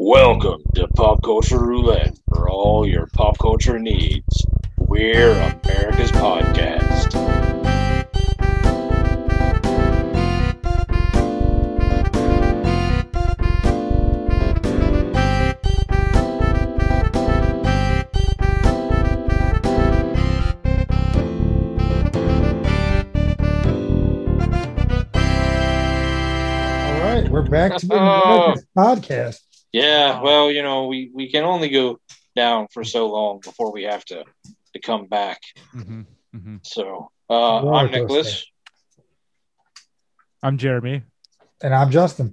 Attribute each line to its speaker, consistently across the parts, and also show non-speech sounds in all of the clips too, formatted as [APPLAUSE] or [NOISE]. Speaker 1: Welcome to Pop Culture Roulette for all your pop culture needs. We're America's podcast.
Speaker 2: All right, we're back
Speaker 1: [LAUGHS]
Speaker 2: to the America's podcast.
Speaker 1: Yeah, well, you know, we, we can only go down for so long before we have to, to come back.
Speaker 3: Mm-hmm, mm-hmm.
Speaker 1: So, uh, I'm Nicholas.
Speaker 3: I'm Jeremy.
Speaker 2: And I'm Justin.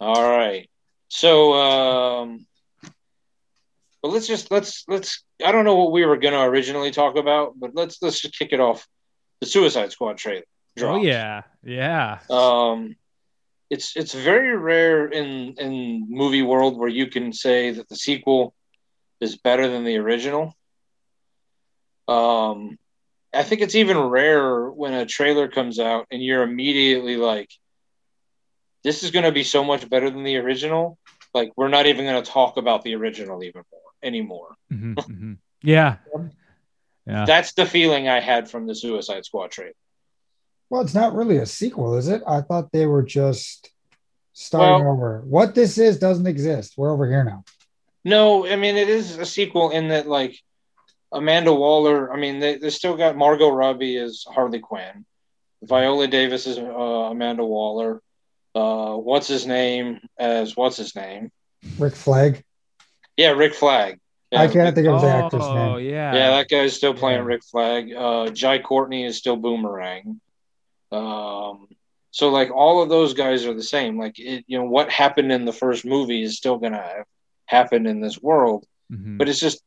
Speaker 1: All right. So, um, but let's just let's let's I don't know what we were going to originally talk about, but let's let's just kick it off. The Suicide Squad trailer.
Speaker 3: Oh
Speaker 1: dropped.
Speaker 3: yeah, yeah.
Speaker 1: um, it's it's very rare in in movie world where you can say that the sequel is better than the original. Um, I think it's even rarer when a trailer comes out and you're immediately like, "This is going to be so much better than the original." Like we're not even going to talk about the original even more anymore.
Speaker 3: hmm [LAUGHS] Yeah. Yeah.
Speaker 1: That's the feeling I had from the Suicide Squad trailer.
Speaker 2: Well, it's not really a sequel, is it? I thought they were just starting
Speaker 1: Well-
Speaker 2: over. What this is doesn't exist. We're over here now.
Speaker 1: No, I mean it is a sequel in that like Amanda Waller. I mean they they still got Margot Robbie as Harley Quinn, Viola Davis as uh, Amanda Waller. Uh, what's his name as what's his name?
Speaker 2: Rick Flag.
Speaker 1: Yeah, Rick Flag. Yeah,
Speaker 2: I can't think of the actor's
Speaker 3: Oh
Speaker 2: name.
Speaker 3: yeah.
Speaker 1: Yeah, that guy's still playing
Speaker 2: Yeah.
Speaker 1: Rick Flag. Uh, Jai Courtney is still Boomerang. Um, so like all of those guys are the same. Like it, you know what happened in the first movie is still gonna happen in this world.
Speaker 3: Mhm.
Speaker 1: but it's just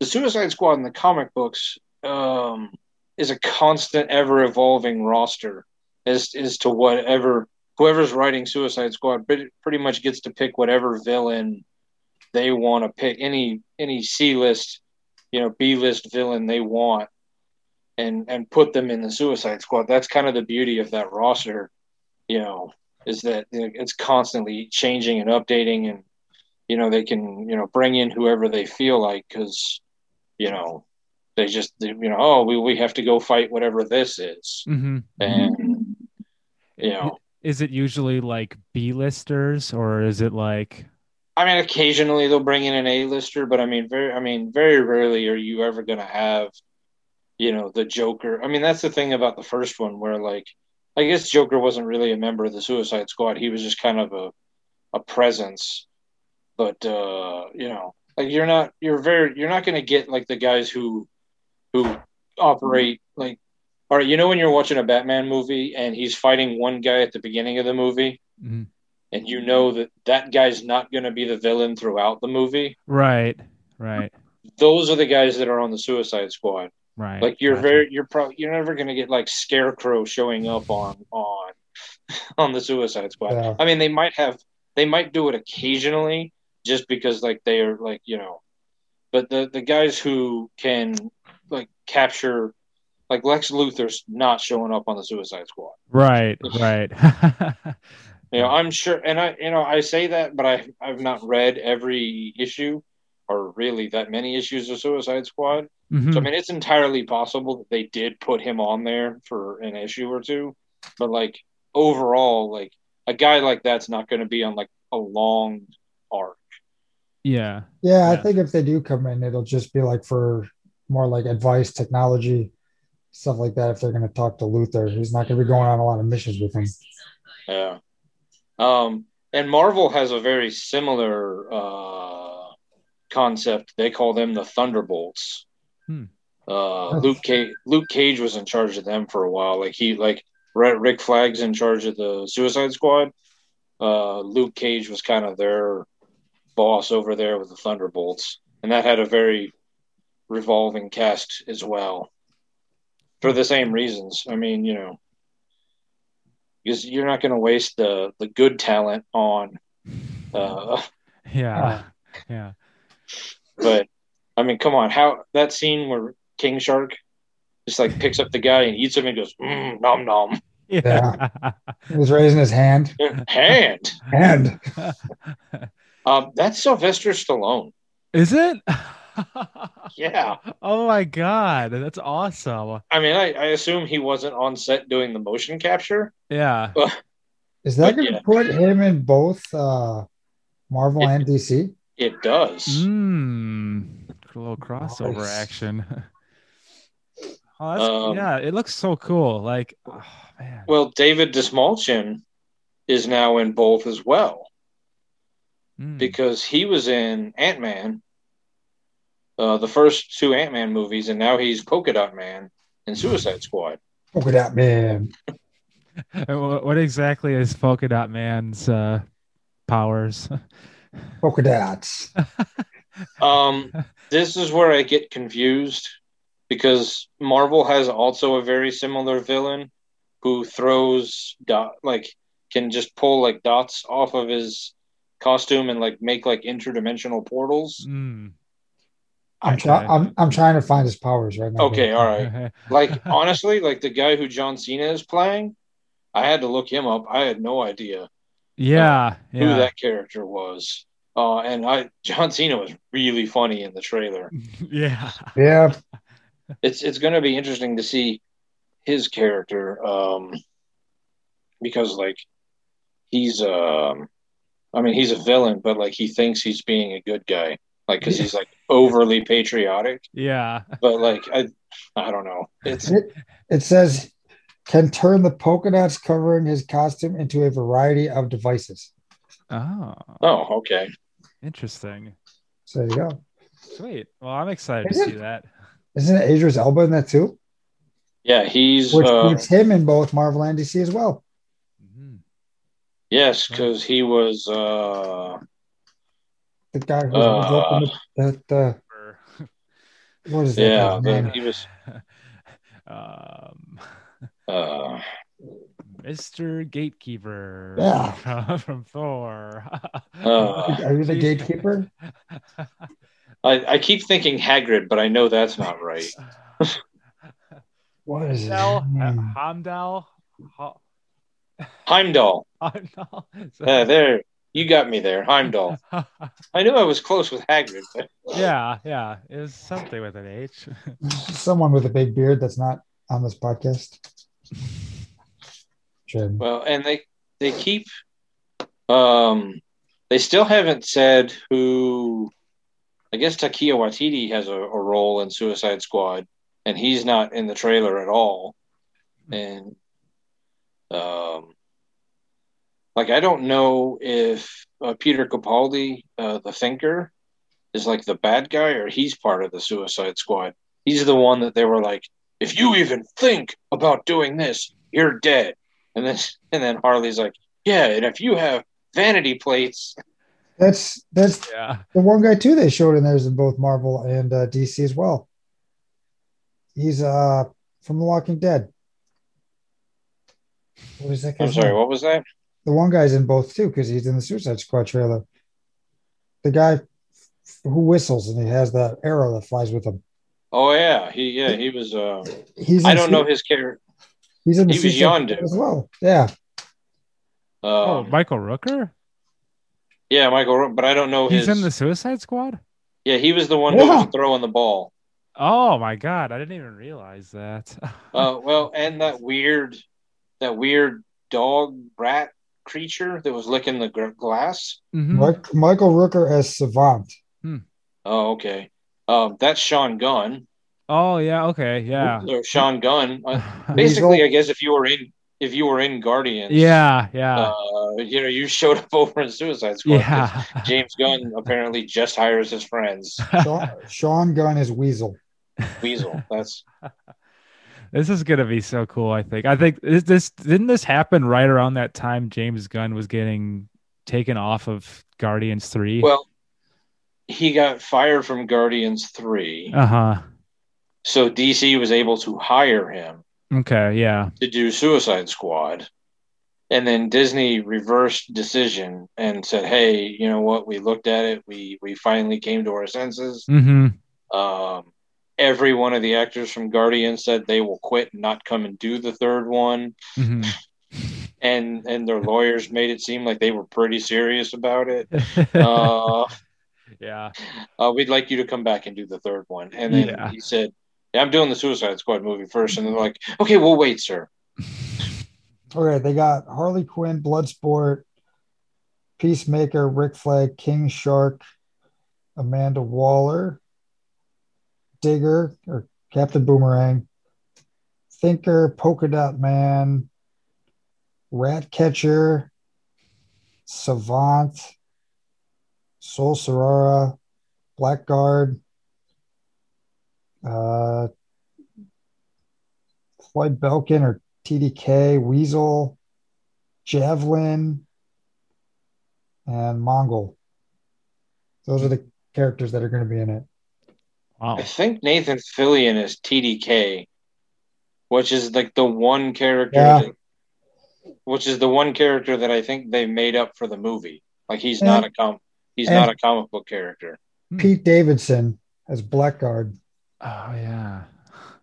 Speaker 1: the Suicide Squad in the comic books um, is a constant, ever evolving roster as as to whatever whoever's writing Suicide Squad pretty, pretty much gets to pick whatever villain they want to pick any any C list, you know, B list villain they want, and and put them in the Suicide Squad. That's kind of the beauty of that roster, you know, is that you know, it's constantly changing and updating and you know they can you know bring in whoever they feel like because you know they just they- you know oh we, we have to go fight whatever this is
Speaker 3: Mhm.
Speaker 1: and you know
Speaker 3: Is it usually like B-listers or is it like
Speaker 1: i mean occasionally they'll bring in an a-lister but i mean very i mean very rarely are you ever going to have you know the joker i mean that's the thing about the first one where like i guess joker wasn't really a member of the suicide squad he was just kind of a, a presence but uh you know like you're not you're very you're not going to get like the guys who who operate like all right you know when you're watching a batman movie and he's fighting one guy at the beginning of the movie
Speaker 3: Mhm.
Speaker 1: and you know that that guy's not going to be the villain throughout the movie
Speaker 3: right, right,
Speaker 1: those are the guys that are on the suicide squad
Speaker 3: right?
Speaker 1: like you're
Speaker 3: gotcha.
Speaker 1: very you're probably you're never going to get like scarecrow showing up on on [LAUGHS] on the suicide squad
Speaker 2: Yeah.
Speaker 1: i mean they might have they might do it occasionally just because like they are like you know but the the guys who can like capture like lex luthor's not showing up on the suicide squad [LAUGHS]
Speaker 3: right, right. [LAUGHS]
Speaker 1: you know i'm sure and i you know i say that but i i've not read every issue or really that many issues of suicide squad
Speaker 3: Mhm.
Speaker 1: So I mean, it's entirely possible that they did put him on there for an issue or two, but like overall, like a guy like that's not going to be on like a long arc.
Speaker 3: yeah.
Speaker 2: Yeah, I
Speaker 3: Yeah.
Speaker 2: think if they do come in, it'll just be like for more like advice, technology, stuff like that. If they're going to talk to Luther, he's not going to be going on a lot of missions with him.
Speaker 1: Yeah. Um, and Marvel has a very similar uh, concept. They call them the Thunderbolts.
Speaker 3: Hmm.
Speaker 1: Uh, Luke Cage, Luke Cage was in charge of them for a while. Like he, like Rick Rick Flag's in charge of the Suicide Squad. Uh, Luke Cage was kind of their boss over there with the Thunderbolts, and that had a very revolving cast as well. For the same reasons, I mean, you know, because you're not going to waste the the good talent on. Uh, [LAUGHS]
Speaker 3: Yeah. Yeah.
Speaker 1: but I mean, come on, how that scene where King Shark just like picks up the guy and eats him and goes mm, nom nom [LAUGHS]
Speaker 3: Yeah.
Speaker 2: He was raising his hand.
Speaker 1: hand.
Speaker 2: Hand.
Speaker 1: Um, that's Sylvester Stallone.
Speaker 3: [LAUGHS] Is it? [LAUGHS]
Speaker 1: Yeah.
Speaker 3: Oh my god, that's awesome.
Speaker 1: I mean, I, I assume he wasn't on set doing the motion capture.
Speaker 3: Yeah.
Speaker 2: Is
Speaker 1: But,
Speaker 2: that going to
Speaker 1: yeah.
Speaker 2: put him in both uh, Marvel
Speaker 1: It-
Speaker 2: and DC?
Speaker 1: It does.
Speaker 3: Mm-hmm. Mm, a little crossover
Speaker 2: Nice.
Speaker 3: action. [LAUGHS] oh, that's,
Speaker 1: Um,
Speaker 3: yeah, it looks so cool. Like, oh, man.
Speaker 1: Well, David Dismalchin is now in both as well
Speaker 3: Mm.
Speaker 1: because he was in Ant Man, uh, the first two Ant Man movies, and now he's Polka Dot Man in Suicide Squad.
Speaker 2: Look at that man.
Speaker 3: [LAUGHS] And wha- what exactly is Polka Dot Man's uh, powers? [LAUGHS]
Speaker 2: Polka dots.
Speaker 1: Um, this is where I get confused because Marvel has also a very similar villain who throws dot like can just pull like dots off of his costume and like make like interdimensional
Speaker 3: [LAUGHS]
Speaker 1: portals.
Speaker 3: Mm.
Speaker 2: I'm, try-
Speaker 3: Okay.
Speaker 2: I'm, I'm trying to find his powers right now.
Speaker 1: Okay, all right. Like honestly, like the guy who John Cena is playing, I had to look him up. I had no idea
Speaker 3: [LAUGHS] yeah, yeah.
Speaker 1: who that character was. Uh, and I John Cena was really funny in the trailer.
Speaker 3: [LAUGHS] yeah.
Speaker 2: Yeah.
Speaker 1: It's it's going to be interesting to see his character um, because like he's um, I mean he's a villain, but like he thinks he's being a good guy, like because he's like overly patriotic.
Speaker 3: Yeah.
Speaker 1: But like I I don't know. It's
Speaker 2: It says can turn the polka dots covering his costume into a variety of devices.
Speaker 3: Oh,
Speaker 1: oh okay.
Speaker 3: interesting.
Speaker 2: So there you go.
Speaker 3: Sweet. Well, I'm excited to
Speaker 2: Is it-
Speaker 3: see that.
Speaker 2: Isn't it Idris Elba in that too?
Speaker 1: Yeah, he's
Speaker 2: Which
Speaker 1: uh,
Speaker 2: puts him in both Marvel and DC as well.
Speaker 3: Mhm.
Speaker 1: Yes, because he was. Uh,
Speaker 2: The guy who was
Speaker 1: Uh.
Speaker 2: up in the, that, uh,
Speaker 3: Or-
Speaker 2: what is that?
Speaker 1: yeah,
Speaker 2: guy's
Speaker 1: then
Speaker 3: [LAUGHS]
Speaker 2: name?
Speaker 1: he was
Speaker 3: um, [LAUGHS]
Speaker 1: uh,
Speaker 3: Mr. Gatekeeper
Speaker 2: Yeah.
Speaker 3: [LAUGHS] from, from Thor. [LAUGHS]
Speaker 1: Uh,
Speaker 2: Are you the gatekeeper?
Speaker 1: I, I keep thinking Hagrid, but I know that's not right.
Speaker 2: What is his
Speaker 3: Heimdall?
Speaker 2: name?
Speaker 3: Uh, Heimdall? Ha- [LAUGHS]
Speaker 1: Heimdall.
Speaker 3: Heimdall? Is
Speaker 1: Yeah,
Speaker 3: that-
Speaker 1: there. You got me there. Heimdall. I knew I was close with Hagrid, but
Speaker 3: [LAUGHS] yeah, yeah. It was something with an H.
Speaker 2: Someone with a big beard that's not on this podcast. Jim.
Speaker 1: well, and they they keep um they still haven't said who I guess Takia Watiti has a, a role in Suicide Squad and he's not in the trailer at all. And um like I don't know if uh, Peter Capaldi, uh, the thinker, is like the bad guy or he's part of the Suicide Squad. He's the one that they were like, if you even think about doing this, you're dead. And then [LAUGHS] and then Harley's like, yeah, and if you have vanity plates,
Speaker 2: That's that's
Speaker 3: [LAUGHS]
Speaker 1: Um,
Speaker 3: Yeah.
Speaker 2: the one guy too they showed in there's in both Marvel and uh, DC as well. He's uh from The Walking Dead. What is that
Speaker 1: I'm
Speaker 2: guy's
Speaker 3: Mm-hmm.
Speaker 1: sorry,
Speaker 2: name?
Speaker 1: what was that?
Speaker 2: The one guy's in both too because he's in the Suicide Squad trailer. The guy f- who whistles and he has that arrow that flies with him.
Speaker 1: Oh yeah, he yeah he was. Uh,
Speaker 2: He's in
Speaker 1: I don't
Speaker 2: Su-
Speaker 1: know his character.
Speaker 2: He's in the
Speaker 1: He was
Speaker 2: Suicide
Speaker 1: Yondu.
Speaker 2: Squad as well. Yeah,
Speaker 1: Um,
Speaker 3: oh, Michael Rooker?
Speaker 1: yeah, Michael, Ro- but I don't know
Speaker 3: He's
Speaker 1: his.
Speaker 3: in the Suicide Squad?
Speaker 1: yeah, he was the one who
Speaker 2: Yeah.
Speaker 1: was throwing the ball.
Speaker 3: Oh my god, I didn't even realize that. [LAUGHS]
Speaker 1: Uh, well, and that weird, that weird dog rat creature that was licking the gr- glass.
Speaker 3: Mhm.
Speaker 2: Mike, Michael Rooker as Savant.
Speaker 1: Oh, okay. Um, that's Sean Gunn.
Speaker 3: Oh yeah, okay, yeah. [LAUGHS]
Speaker 1: So Sean Gunn. Uh,
Speaker 2: He's
Speaker 1: basically,
Speaker 2: all-
Speaker 1: I guess if you were in if you were in Guardians,
Speaker 3: yeah, yeah.
Speaker 1: Uh, you know, you showed up [LAUGHS] over in Suicide Squad.
Speaker 3: yeah. [LAUGHS]
Speaker 1: James Gunn apparently just hires his friends.
Speaker 2: Sean, Sean Gunn as Weasel.
Speaker 3: [LAUGHS]
Speaker 1: Weasel. That's
Speaker 3: This is gonna be so cool. I think. I think this, this didn't this happen right around that time James Gunn was getting taken off of Guardians Three.
Speaker 1: well. He got fired from Guardians Three,
Speaker 3: uh huh.
Speaker 1: so DC was able to hire him
Speaker 3: Okay. Yeah.
Speaker 1: to do Suicide Squad, and then Disney reversed decision and said, "Hey, you know what? We looked at it. We we finally came to our senses.
Speaker 3: Mm-hmm.
Speaker 1: Um, every one of the actors from Guardians said they will quit and not come and do the third one."
Speaker 3: mm-hmm.
Speaker 1: and and their lawyers made it seem like they were pretty serious about it. Uh,
Speaker 3: [LAUGHS] yeah.
Speaker 1: uh, we'd like you to come back and do the third one. And then
Speaker 3: Yeah.
Speaker 1: he said, yeah, I'm doing the Suicide Squad movie first. And they're like, okay, we'll wait, sir.
Speaker 2: Okay, they got Harley Quinn, Bloodsport, Peacemaker, Rick Flag, King Shark, Amanda Waller, Digger or Captain Boomerang, Thinker, Polka Dot Man, Ratcatcher, Savant, Soul Sorara, Blackguard, uh, Floyd Belkin or TDK, Weasel, Javelin, and Mongol. Those are the characters that are going to be in it.
Speaker 3: Wow. Oh,
Speaker 1: I think Nathan Fillion is TDK, which is like the one character,
Speaker 2: Yeah.
Speaker 1: that- which is the one character that I think they made up for the movie. Like he's
Speaker 2: Yeah.
Speaker 1: not a com, he's
Speaker 2: Yeah.
Speaker 1: not a comic book character.
Speaker 3: Hmm.
Speaker 2: Pete Davidson as Blackguard.
Speaker 3: Oh yeah.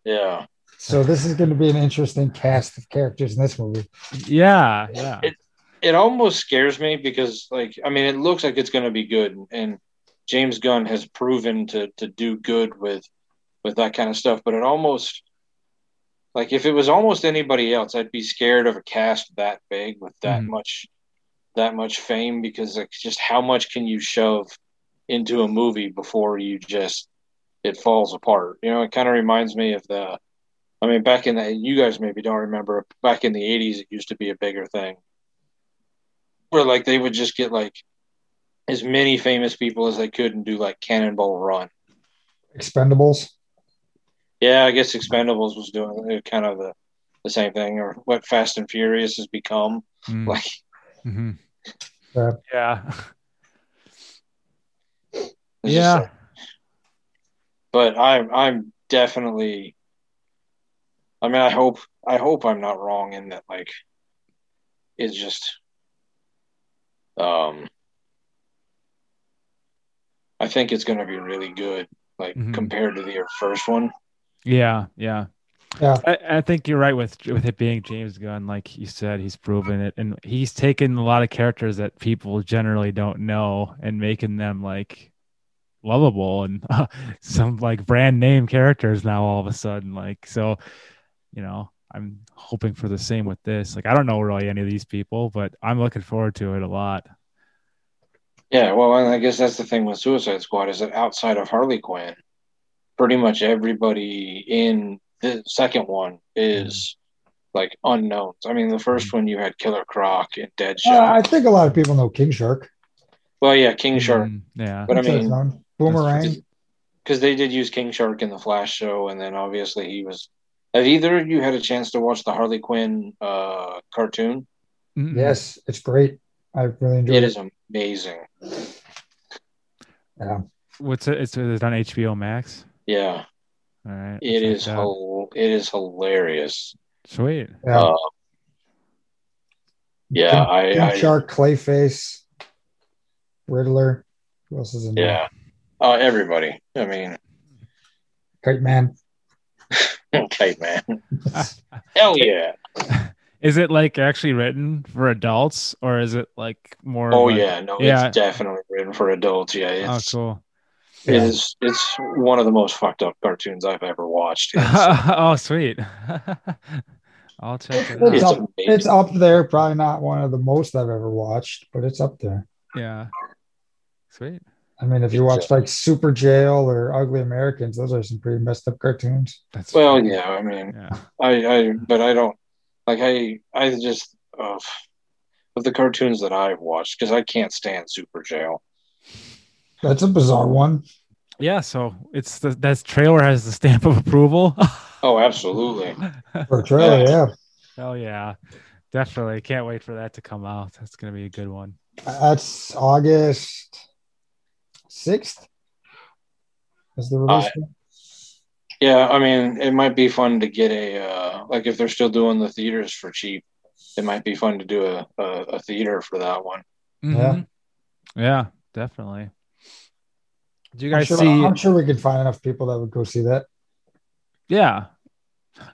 Speaker 1: Yeah,
Speaker 2: So this is going to be an interesting cast of characters in this movie.
Speaker 3: Yeah. Yeah.
Speaker 1: It- it almost scares me because, like, I mean, it looks like it's going to be good, and James Gunn has proven to to do good with with that kind of stuff. But it almost like if it was almost anybody else, I'd be scared of a cast that big with that
Speaker 3: Mhm.
Speaker 1: much that much fame because like just how much can you shove into a movie before you just it falls apart. You know, it kind of reminds me of the I mean back in the you guys maybe don't remember back in the 80s it used to be a bigger thing where like they would just get like as many famous people as they could and do like Cannonball Run.
Speaker 2: Expendables.
Speaker 1: Yeah, I guess Expendables was doing uh, kind of the, the same thing, or what Fast and Furious has become.
Speaker 3: Mm.
Speaker 1: Like,
Speaker 3: Mhm.
Speaker 2: Yeah.
Speaker 3: Yeah.
Speaker 1: it's just
Speaker 3: yeah.
Speaker 1: like- but I'm I'm definitely. I mean, I hope I hope I'm not wrong in that. Like, it's just. Um. I think it's going to be really good, like
Speaker 3: Mhm.
Speaker 1: compared to the first one.
Speaker 3: Yeah, yeah,
Speaker 2: Yeah.
Speaker 3: I, I think you're right with with it being James Gunn. Like you said, he's proven it, and he's taken a lot of characters that people generally don't know and making them like lovable and [LAUGHS] some like brand name characters now all of a sudden. Like so, you know, I'm hoping for the same with this. Like I don't know really any of these people, but I'm looking forward to it a lot.
Speaker 1: Yeah, well, and I guess that's the thing with Suicide Squad is that outside of Harley Quinn, pretty much everybody in the second one is
Speaker 2: Mm-hmm.
Speaker 1: like unknowns. I mean, the first one you had Killer Croc and
Speaker 2: Uh, Mm-hmm. I
Speaker 1: Deadshot.
Speaker 2: think a lot of people know King Shark.
Speaker 1: Well, yeah, King Shark
Speaker 3: Mm, yeah,
Speaker 1: But I
Speaker 2: That's
Speaker 1: mean-
Speaker 2: known. Boomerang.
Speaker 1: That's- because they did use King Shark in the Flash show, and then obviously he was. Have either of you had a chance to watch the Harley Quinn uh, cartoon?
Speaker 3: Mm,
Speaker 2: Yes, it's great. I really
Speaker 1: Mm-hmm. It
Speaker 2: enjoyed it.
Speaker 1: is amazing.
Speaker 3: What's it? It's, it's on HBO Max.
Speaker 1: Yeah,
Speaker 3: All right,
Speaker 1: it
Speaker 3: check
Speaker 1: is.
Speaker 3: that.
Speaker 1: Hel- it is hilarious.
Speaker 3: sweet.
Speaker 2: Yeah.
Speaker 1: Uh, yeah, I,
Speaker 2: King
Speaker 1: I
Speaker 2: Shark, Clayface, Riddler. Who else is in there?
Speaker 1: Yeah. Uh, everybody. I mean, [LAUGHS]
Speaker 2: Kite Man.
Speaker 1: okay, man. Hell yeah.
Speaker 3: Is it like actually written for adults or is it like more?
Speaker 1: Oh
Speaker 3: like-
Speaker 1: yeah. No,
Speaker 3: Yeah.
Speaker 1: it's definitely written for adults. Yeah,
Speaker 3: Oh,
Speaker 1: it's
Speaker 3: cool.
Speaker 1: it is it's one of the most fucked up cartoons I've ever watched. It's,
Speaker 3: [LAUGHS] oh, sweet. [LAUGHS] I'll check it
Speaker 2: It's
Speaker 1: it's
Speaker 3: out.
Speaker 2: up-
Speaker 1: amazing.
Speaker 2: It's up there. Probably not one of the most I've ever watched, but it's up there.
Speaker 3: Yeah. Sweet.
Speaker 2: I mean, if you
Speaker 1: It's,
Speaker 2: watch like Super Jail or Ugly Americans, those are some pretty messed up cartoons.
Speaker 3: That's
Speaker 1: well,
Speaker 3: cool.
Speaker 1: yeah. I mean,
Speaker 3: Yeah.
Speaker 1: I, I, but I don't like. I, I just uh, of the cartoons that I've watched because I can't stand Super Jail.
Speaker 2: That's a bizarre one.
Speaker 3: Yeah. So it's the that trailer has the stamp of approval. [LAUGHS]
Speaker 1: Oh, absolutely.
Speaker 2: For a trailer, yeah.
Speaker 3: Hell yeah. Definitely. Can't wait for that to come out. That's gonna be a good one.
Speaker 2: That's August 6th. Is the release?
Speaker 1: Uh,
Speaker 2: date.
Speaker 1: Yeah, I mean, it might be fun to get a uh, like if they're still doing the theaters for cheap, it might be fun to do a, a, a theater for that one.
Speaker 3: Mhm. Yeah, definitely. Do you
Speaker 2: I'm
Speaker 3: guys
Speaker 2: sure,
Speaker 3: see
Speaker 2: I'm sure we could find enough people that would go see that.
Speaker 3: Yeah.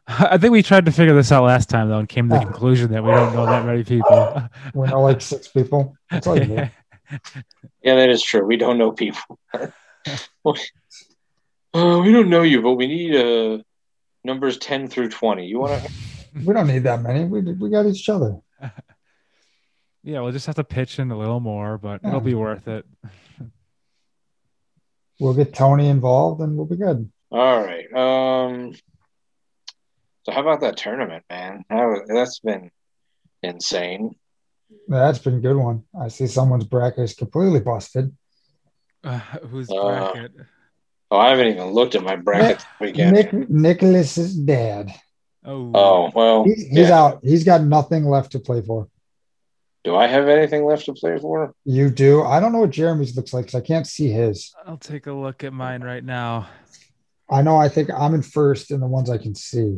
Speaker 3: I think we tried to figure this out last time though, and came to
Speaker 2: Oh.
Speaker 3: the conclusion that we don't know that many people.
Speaker 2: [LAUGHS] We
Speaker 3: [LAUGHS]
Speaker 2: know like six people. That's all you need.
Speaker 1: Yeah, that is true. We don't know people. [LAUGHS] Uh, we don't know you, but we need uh, numbers 10 through 20. You want to?
Speaker 2: We don't need that many. We we got each other.
Speaker 3: yeah, we'll just have to pitch in a little more, but
Speaker 2: Yeah.
Speaker 3: it'll be worth it. [SIGHS]
Speaker 2: We'll get Tony involved, and we'll be good.
Speaker 1: All right. Um, so, how about that tournament, man? That, that's been insane.
Speaker 2: That's been a good one. I see someone's bracket is completely busted.
Speaker 3: Uh, who's
Speaker 1: Uh,
Speaker 3: bracket?
Speaker 1: Oh, I haven't even looked at my bracket this weekend.
Speaker 2: Nick Nicholas is dad.
Speaker 3: Oh,
Speaker 1: oh, well.
Speaker 2: He's, he's
Speaker 1: yeah.
Speaker 2: out. He's got nothing left to play for.
Speaker 1: Do I have anything left to play for?
Speaker 2: You do. I don't know what Jeremy's looks like because I can't see his.
Speaker 3: I'll take a look at mine right now.
Speaker 2: [SIGHS] I know. I think I'm in first in the ones I can see.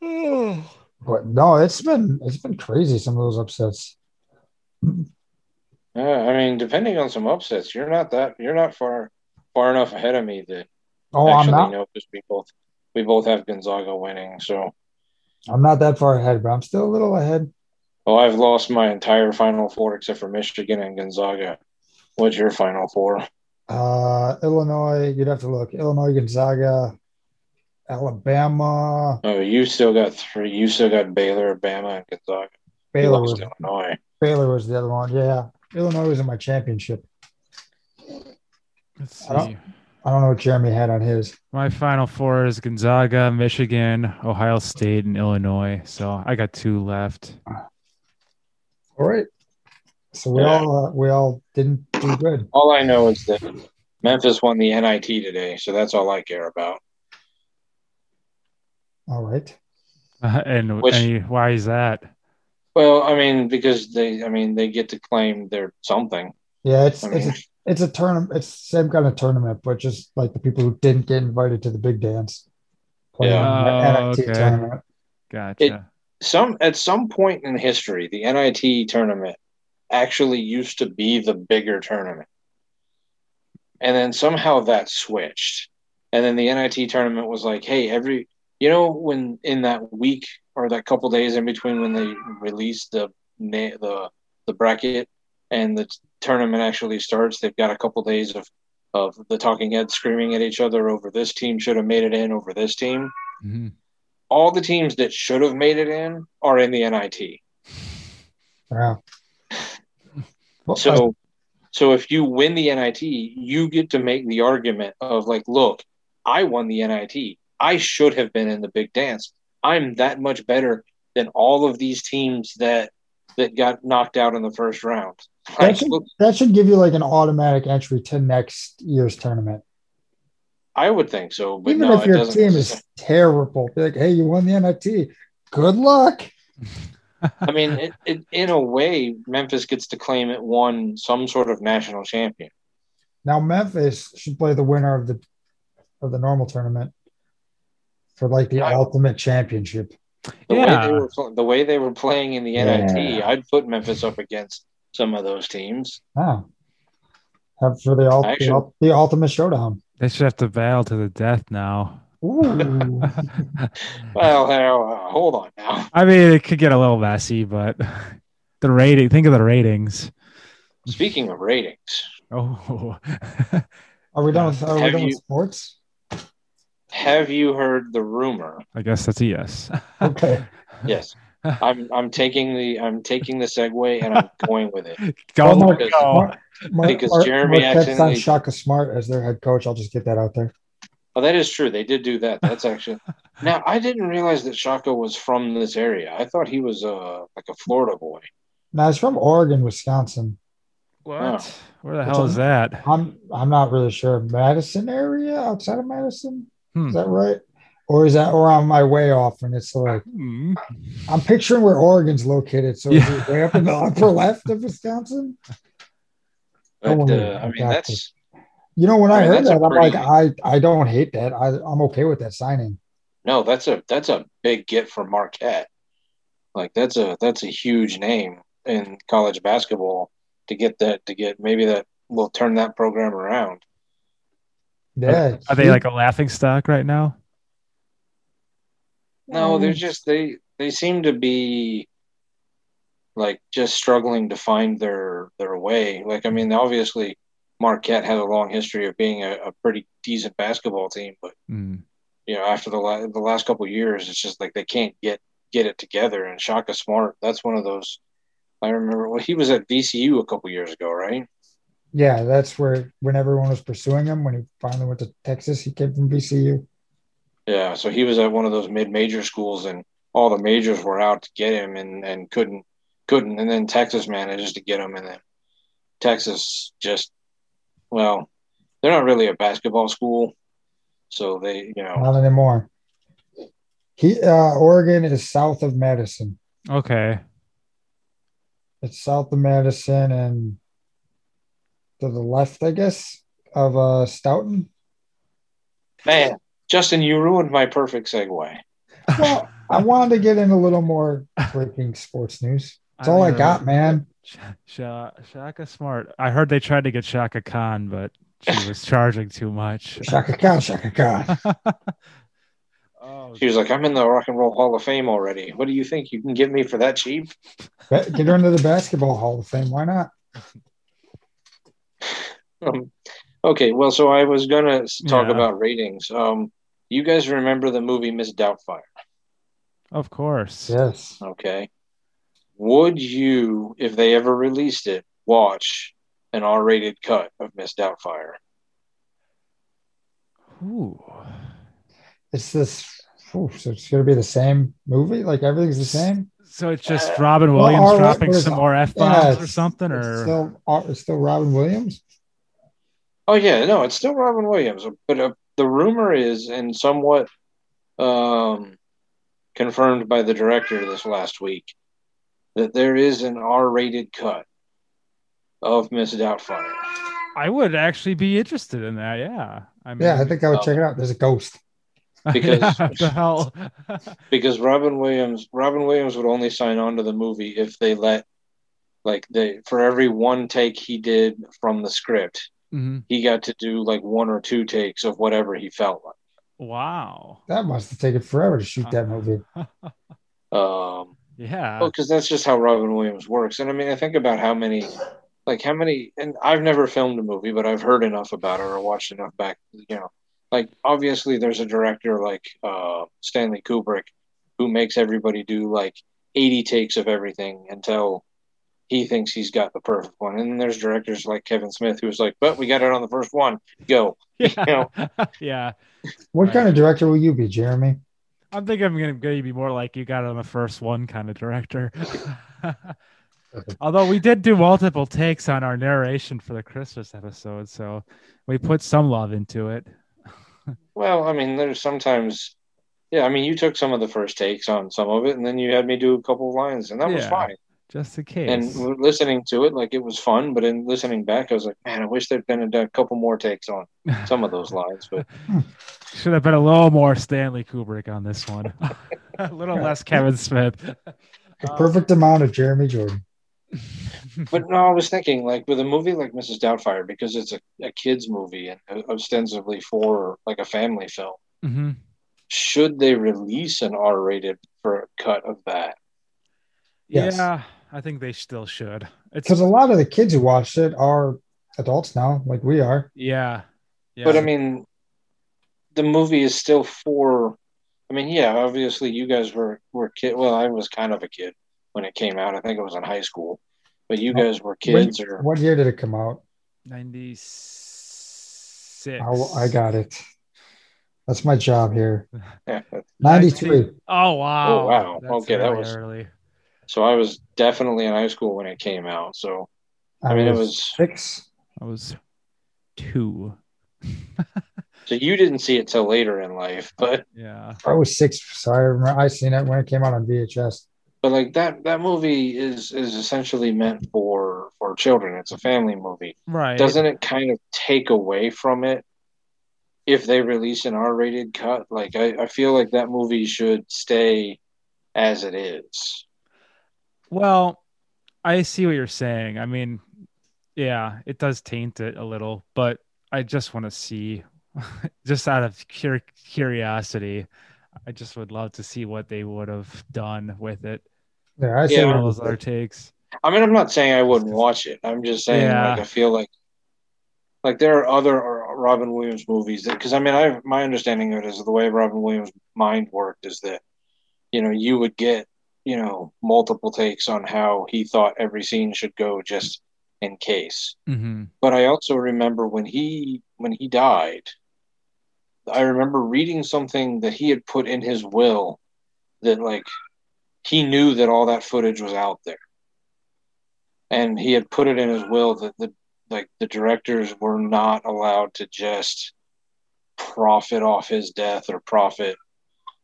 Speaker 2: But no, it's been it's been crazy. Some of those upsets.
Speaker 1: Uh, I mean, depending on some upsets, you're not that you're not far far enough ahead of me that
Speaker 2: Oh,
Speaker 1: actually
Speaker 2: I'm not.
Speaker 1: know because we both we both have Gonzaga winning. So,
Speaker 2: I'm not that far ahead, but I'm still a little ahead.
Speaker 1: oh, I've lost my entire Final Four except for Michigan and Gonzaga. What's your Final Four?
Speaker 2: Uh, Illinois. You'd have to look. Illinois, Gonzaga, Alabama,
Speaker 1: Oh, you still got three. You still got Baylor, Bama, and Gonzaga. You
Speaker 2: Baylor.
Speaker 1: lost
Speaker 2: Was,
Speaker 1: Illinois.
Speaker 2: Baylor was the other one. Yeah, Illinois was in my championship.
Speaker 3: Let's
Speaker 2: I don't-
Speaker 3: see.
Speaker 2: I don't know what Jeremy had on his.
Speaker 3: My final four is Gonzaga, Michigan, Ohio State, and Illinois. So I got two left. [LAUGHS]
Speaker 2: All right. So we
Speaker 1: Yeah.
Speaker 2: all uh, we all didn't do good.
Speaker 1: All I know is that Memphis won the NIT today, so that's all I care about.
Speaker 2: All right.
Speaker 3: Uh, and
Speaker 1: Which-
Speaker 3: and why is that?
Speaker 1: Well, I mean, because they, I mean, they get to claim they're something.
Speaker 2: Yeah, it's
Speaker 1: I mean,
Speaker 2: it's a, it's a tournament. It's the same kind of tournament, but just like the people who didn't get invited to the big dance. play in
Speaker 3: Yeah.
Speaker 2: the
Speaker 3: Oh,
Speaker 2: NXT
Speaker 3: okay.
Speaker 2: tournament.
Speaker 3: Gotcha.
Speaker 1: some at some point in history, the NIT tournament actually used to be the bigger tournament, and then somehow that switched, and then the NIT tournament was like, hey, every you know when in that week or that couple days in between when they released the na- the the bracket and the t- tournament actually starts, they've got a couple days of of the talking heads screaming at each other over this team should have made it in over this team
Speaker 3: Mhm.
Speaker 1: all the teams that should have made it in are in the NIT.
Speaker 2: Yeah. Well, uh, I-
Speaker 1: So, so if you win the NIT, you get to make the argument of like, look, I won the NIT. I should have been in the big dance. I'm that much better than all of these teams that that got knocked out in the first round. Like,
Speaker 2: That's-
Speaker 1: look,
Speaker 2: that should give you like an automatic entry to next year's tournament.
Speaker 1: I would think so, but
Speaker 2: Even
Speaker 1: no,
Speaker 2: if
Speaker 1: it
Speaker 2: your
Speaker 1: doesn't.
Speaker 2: team is terrible, be like, hey, you won the NIT. Good luck.
Speaker 1: I mean, it, it, in a way, Memphis gets to claim it won some sort of national champion.
Speaker 2: Now Memphis should play the winner of the of the normal tournament for like the
Speaker 1: I-
Speaker 2: ultimate championship.
Speaker 1: The way
Speaker 3: Yeah.
Speaker 1: they were pl- the way they were playing in the NIT,
Speaker 2: Yeah.
Speaker 1: I'd put Memphis up against some of those teams.
Speaker 2: Wow. Have for the, ult- the,
Speaker 1: Actually-
Speaker 2: ult- the ultimate showdown.
Speaker 3: they should have to battle to the death now.
Speaker 2: Ooh.
Speaker 1: Well, hell, uh, hold on now.
Speaker 3: I mean, it could get a little messy, but [LAUGHS] the rating. Think of the ratings.
Speaker 1: Speaking of ratings,
Speaker 3: Oh, [LAUGHS]
Speaker 2: Are we done with, are we
Speaker 1: Have
Speaker 2: done
Speaker 1: you-
Speaker 2: with
Speaker 1: [LAUGHS]
Speaker 2: sports?
Speaker 1: have you heard the rumor?
Speaker 3: I guess that's a yes. [LAUGHS]
Speaker 2: Okay.
Speaker 1: Yes, I'm. I'm taking the. I'm taking the segue and I'm going with it.
Speaker 3: Go,
Speaker 2: Well, Mark-
Speaker 3: go.
Speaker 2: Mark- Mar-
Speaker 1: Because
Speaker 2: Mar-
Speaker 1: Jeremy
Speaker 2: Marquette's on
Speaker 1: accidentally-
Speaker 2: Shaka Smart as their head coach. I'll just get that out there.
Speaker 1: Oh, that is true. They did do that. That's actually. Now I didn't realize that Shaka was from this area. I thought he was uh like a Florida boy.
Speaker 2: Now he's from Oregon, Wisconsin.
Speaker 3: What? Where the
Speaker 2: What's
Speaker 3: hell is
Speaker 2: up?
Speaker 3: that?
Speaker 2: I'm I'm not really sure. Madison area outside of Madison?
Speaker 3: Hmm.
Speaker 2: Is that right? Or is that or am I way off and it's like
Speaker 3: Hmm.
Speaker 2: I'm picturing where Oregon's located. So is
Speaker 3: Yeah.
Speaker 2: it way up in the upper left of Wisconsin?
Speaker 1: But
Speaker 2: Oh,
Speaker 1: uh, I
Speaker 2: exactly.
Speaker 1: mean, that's
Speaker 2: You know, when I
Speaker 1: Right,
Speaker 2: heard
Speaker 1: that's a
Speaker 2: that, I'm
Speaker 1: pretty-
Speaker 2: like, I, I don't hate that. I, I'm okay with that signing.
Speaker 1: no, that's a that's a big get for Marquette. Like that's a that's a huge name in college basketball to get that to get maybe that will turn that program around.
Speaker 2: Yeah.
Speaker 3: Are they like a laughing stock right now?
Speaker 1: No,
Speaker 2: Mm-hmm.
Speaker 1: they're just they they seem to be like just struggling to find their their way. Like I mean, obviously Marquette has a long history of being a, a pretty decent basketball team, but
Speaker 3: Mm.
Speaker 1: you know after the la- the last couple of years, it's just like they can't get get it together. And Shaka Smart, that's one of those. I remember well, he was at VCU a couple of years ago, right?
Speaker 2: Yeah, that's where when everyone was pursuing him, when he finally went to Texas, he came from VCU.
Speaker 1: Yeah, so he was at one of those mid-major schools, and all the majors were out to get him, and and couldn't couldn't, and then Texas manages to get him, and then Texas just, well, they're not really a basketball school, so they, you know,
Speaker 2: Not anymore. He uh, Oregon is south of Madison.
Speaker 3: Okay.
Speaker 2: It's south of Madison and to the left, I guess, of uh, Stoughton.
Speaker 1: man, Justin, you ruined my perfect segue.
Speaker 3: [LAUGHS]
Speaker 2: Well, I wanted to get in a little more breaking sports news. That's all I
Speaker 3: mean,
Speaker 2: got,
Speaker 3: [LAUGHS]
Speaker 2: man.
Speaker 3: Sh- Sha- Shaka Smart. I heard they tried to get Shaka Khan, but
Speaker 2: [LAUGHS]
Speaker 3: she was charging too much.
Speaker 2: Shaka Khan, Shaka Khan.
Speaker 3: [LAUGHS] oh,
Speaker 1: She was like, "I'm in the Rock and Roll Hall of Fame already. What do you think you can get me for that cheap?" [LAUGHS]
Speaker 2: Ba- Get her into the Basketball Hall of Fame. Why not?
Speaker 1: Um, okay, well, so I was gonna s- talk
Speaker 3: Yeah.
Speaker 1: about ratings. Um, you guys remember the movie Miss Doubtfire?
Speaker 3: of course.
Speaker 2: Yes.
Speaker 1: Okay. Would you, if they ever released it, watch an R rated cut of Miss Doubtfire?
Speaker 3: Ooh.
Speaker 2: It's this. ooh, so it's going to be the same movie? Like everything's the same?
Speaker 3: So it's just
Speaker 2: Uh,
Speaker 3: Robin Williams
Speaker 2: all right,
Speaker 3: dropping
Speaker 2: what is
Speaker 3: some
Speaker 2: that?
Speaker 3: more f
Speaker 2: Yeah,
Speaker 3: bombs or
Speaker 2: it's-
Speaker 3: something,
Speaker 2: It's
Speaker 3: or
Speaker 2: still, uh, it's still Robin Williams?
Speaker 1: Oh, yeah, no, it's still Robin Williams. But uh, the rumor is, and somewhat um, confirmed by the director this last week, that there is an R rated cut of Miss Doubtfire.
Speaker 3: I would actually be interested in that. Yeah. I mean,
Speaker 2: Yeah, I think I would
Speaker 1: um,
Speaker 2: check it out. There's a ghost.
Speaker 3: [LAUGHS]
Speaker 1: because-
Speaker 3: yeah, what the hell. [LAUGHS]
Speaker 1: because Robin Williams Robin Williams would only sign on to the movie if they let like they for every one take he did from the script
Speaker 2: Mm-hmm.
Speaker 3: Mhm.
Speaker 1: he got to do like one or two takes of whatever he felt like
Speaker 3: Wow.
Speaker 2: That must have taken forever to shoot that movie.
Speaker 1: um
Speaker 3: [LAUGHS] yeah.
Speaker 1: because that's just how Robin Williams works and I mean I think about how many like how many and I've never filmed a movie but I've heard enough about it or watched enough back you know like obviously there's a director like uh Stanley Kubrick who makes everybody do like 80 takes of everything until he thinks he's got the perfect one. And then there's directors like Kevin Smith who's like, but we got it on the first one. Go.
Speaker 3: [LAUGHS] Yeah.
Speaker 1: know.
Speaker 3: [LAUGHS] yeah.
Speaker 2: What
Speaker 3: Right.
Speaker 2: kind of director will you be, Jeremy?
Speaker 3: I'm thinking I'm gonna, gonna be more like you got it on the first one kind of director. [LAUGHS] Although we did do multiple takes on our narration for the Christmas episode, so we put some love into it.
Speaker 1: Well, I mean, there's sometimes, yeah, I mean, you took some of the first takes on some of it and then you had me do a couple of lines and that was
Speaker 3: Yeah.
Speaker 1: fine.
Speaker 3: Just in case.
Speaker 1: And we're listening to it, like it was fun. But in listening back, I was like, man, I wish there'd been a, a couple more takes on some of those lines.
Speaker 2: [LAUGHS]
Speaker 1: But
Speaker 3: Should have been a little more Stanley Kubrick on
Speaker 1: [LAUGHS]
Speaker 3: this one. [LAUGHS] a little less Kevin Smith.
Speaker 2: The
Speaker 3: Um,
Speaker 2: perfect amount of Jeremy Jordan.
Speaker 1: But no, I was thinking like with a movie like Mrs. Doubtfire because it's a, a kids movie and uh, ostensibly for like a family film.
Speaker 3: Mhm.
Speaker 1: Should they release an R-rated for a cut of that?
Speaker 2: Yes.
Speaker 3: Yeah, I think they still should. It's
Speaker 2: Because a lot of the kids who watched it are adults now, like we are.
Speaker 3: yeah. Yeah.
Speaker 1: But I mean, the movie is still for. I mean, yeah, obviously you guys were were kid. Well, I was kind of a kid when it came out. I think it was in high school, but you guys were kids.
Speaker 2: When-
Speaker 1: Or
Speaker 2: What year did it come out?
Speaker 3: 96.
Speaker 2: Oh, I got it. That's my job here.
Speaker 1: yeah.
Speaker 2: 93.
Speaker 3: Oh wow!
Speaker 1: Oh, wow. Okay, that
Speaker 3: really
Speaker 1: was-
Speaker 3: early.
Speaker 1: so I was definitely in high school when it came out. So I mean, it was.
Speaker 2: Uh, six.
Speaker 3: I was two.
Speaker 1: So you didn't see it till later in life, but
Speaker 3: Yeah,
Speaker 2: I was six. So I remember I seen it when it came out on VHS.
Speaker 1: but like that that movie is is essentially meant for for children it's a family movie
Speaker 3: right.
Speaker 1: doesn't it kind of take away from it if they release an r-rated cut like i, I feel like that movie should stay as it is
Speaker 3: Well, I see what you're saying. I mean, yeah, it does taint it a little, [LAUGHS] but I just want to see, just out of cur- curiosity, I just would love to see what they would have done with it.
Speaker 2: There, I
Speaker 3: Yeah,
Speaker 2: say
Speaker 1: Yeah.
Speaker 3: all those other takes.
Speaker 1: I mean, I'm not saying I wouldn't watch it. I'm just saying, like,
Speaker 3: Yeah.
Speaker 1: I feel like, like there are other uh, Robin Williams movies that, because I mean, I my understanding of it is the way Robin Williams' mind worked is that, you know, you would get, you know, multiple takes on how he thought every scene should go, just in case.
Speaker 3: Mm-hmm.
Speaker 1: But I also remember when he when he died, I remember reading something that he had put in his will that like he knew that all that footage was out there. And he had put it in his will that the like the directors were not allowed to just profit off his death or profit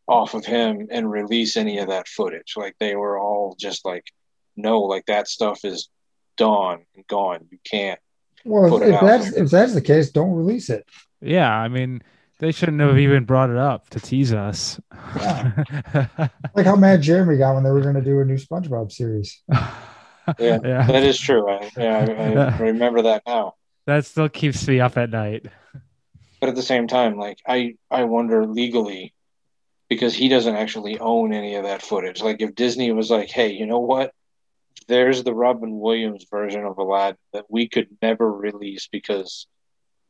Speaker 1: off of him and release any of that footage. Like they were all just like, no, like that stuff is done and gone. You can't
Speaker 2: well,
Speaker 1: put
Speaker 2: if,
Speaker 1: it out
Speaker 2: that's
Speaker 1: there.
Speaker 2: if that's the case, don't release it.
Speaker 3: Yeah, I mean, they shouldn't have even brought it up to tease us. [LAUGHS]
Speaker 2: Like how mad Jeremy got when they were going to do a new SpongeBob series.
Speaker 1: Yeah,
Speaker 3: yeah.
Speaker 1: That is true. I, yeah, I, I remember that now.
Speaker 3: That still keeps me up at night.
Speaker 1: But at the same time, like I, I wonder legally because he doesn't actually own any of that footage. Like if Disney was like, "Hey, you know what? There's the Robin Williams version of Aladdin that we could never release because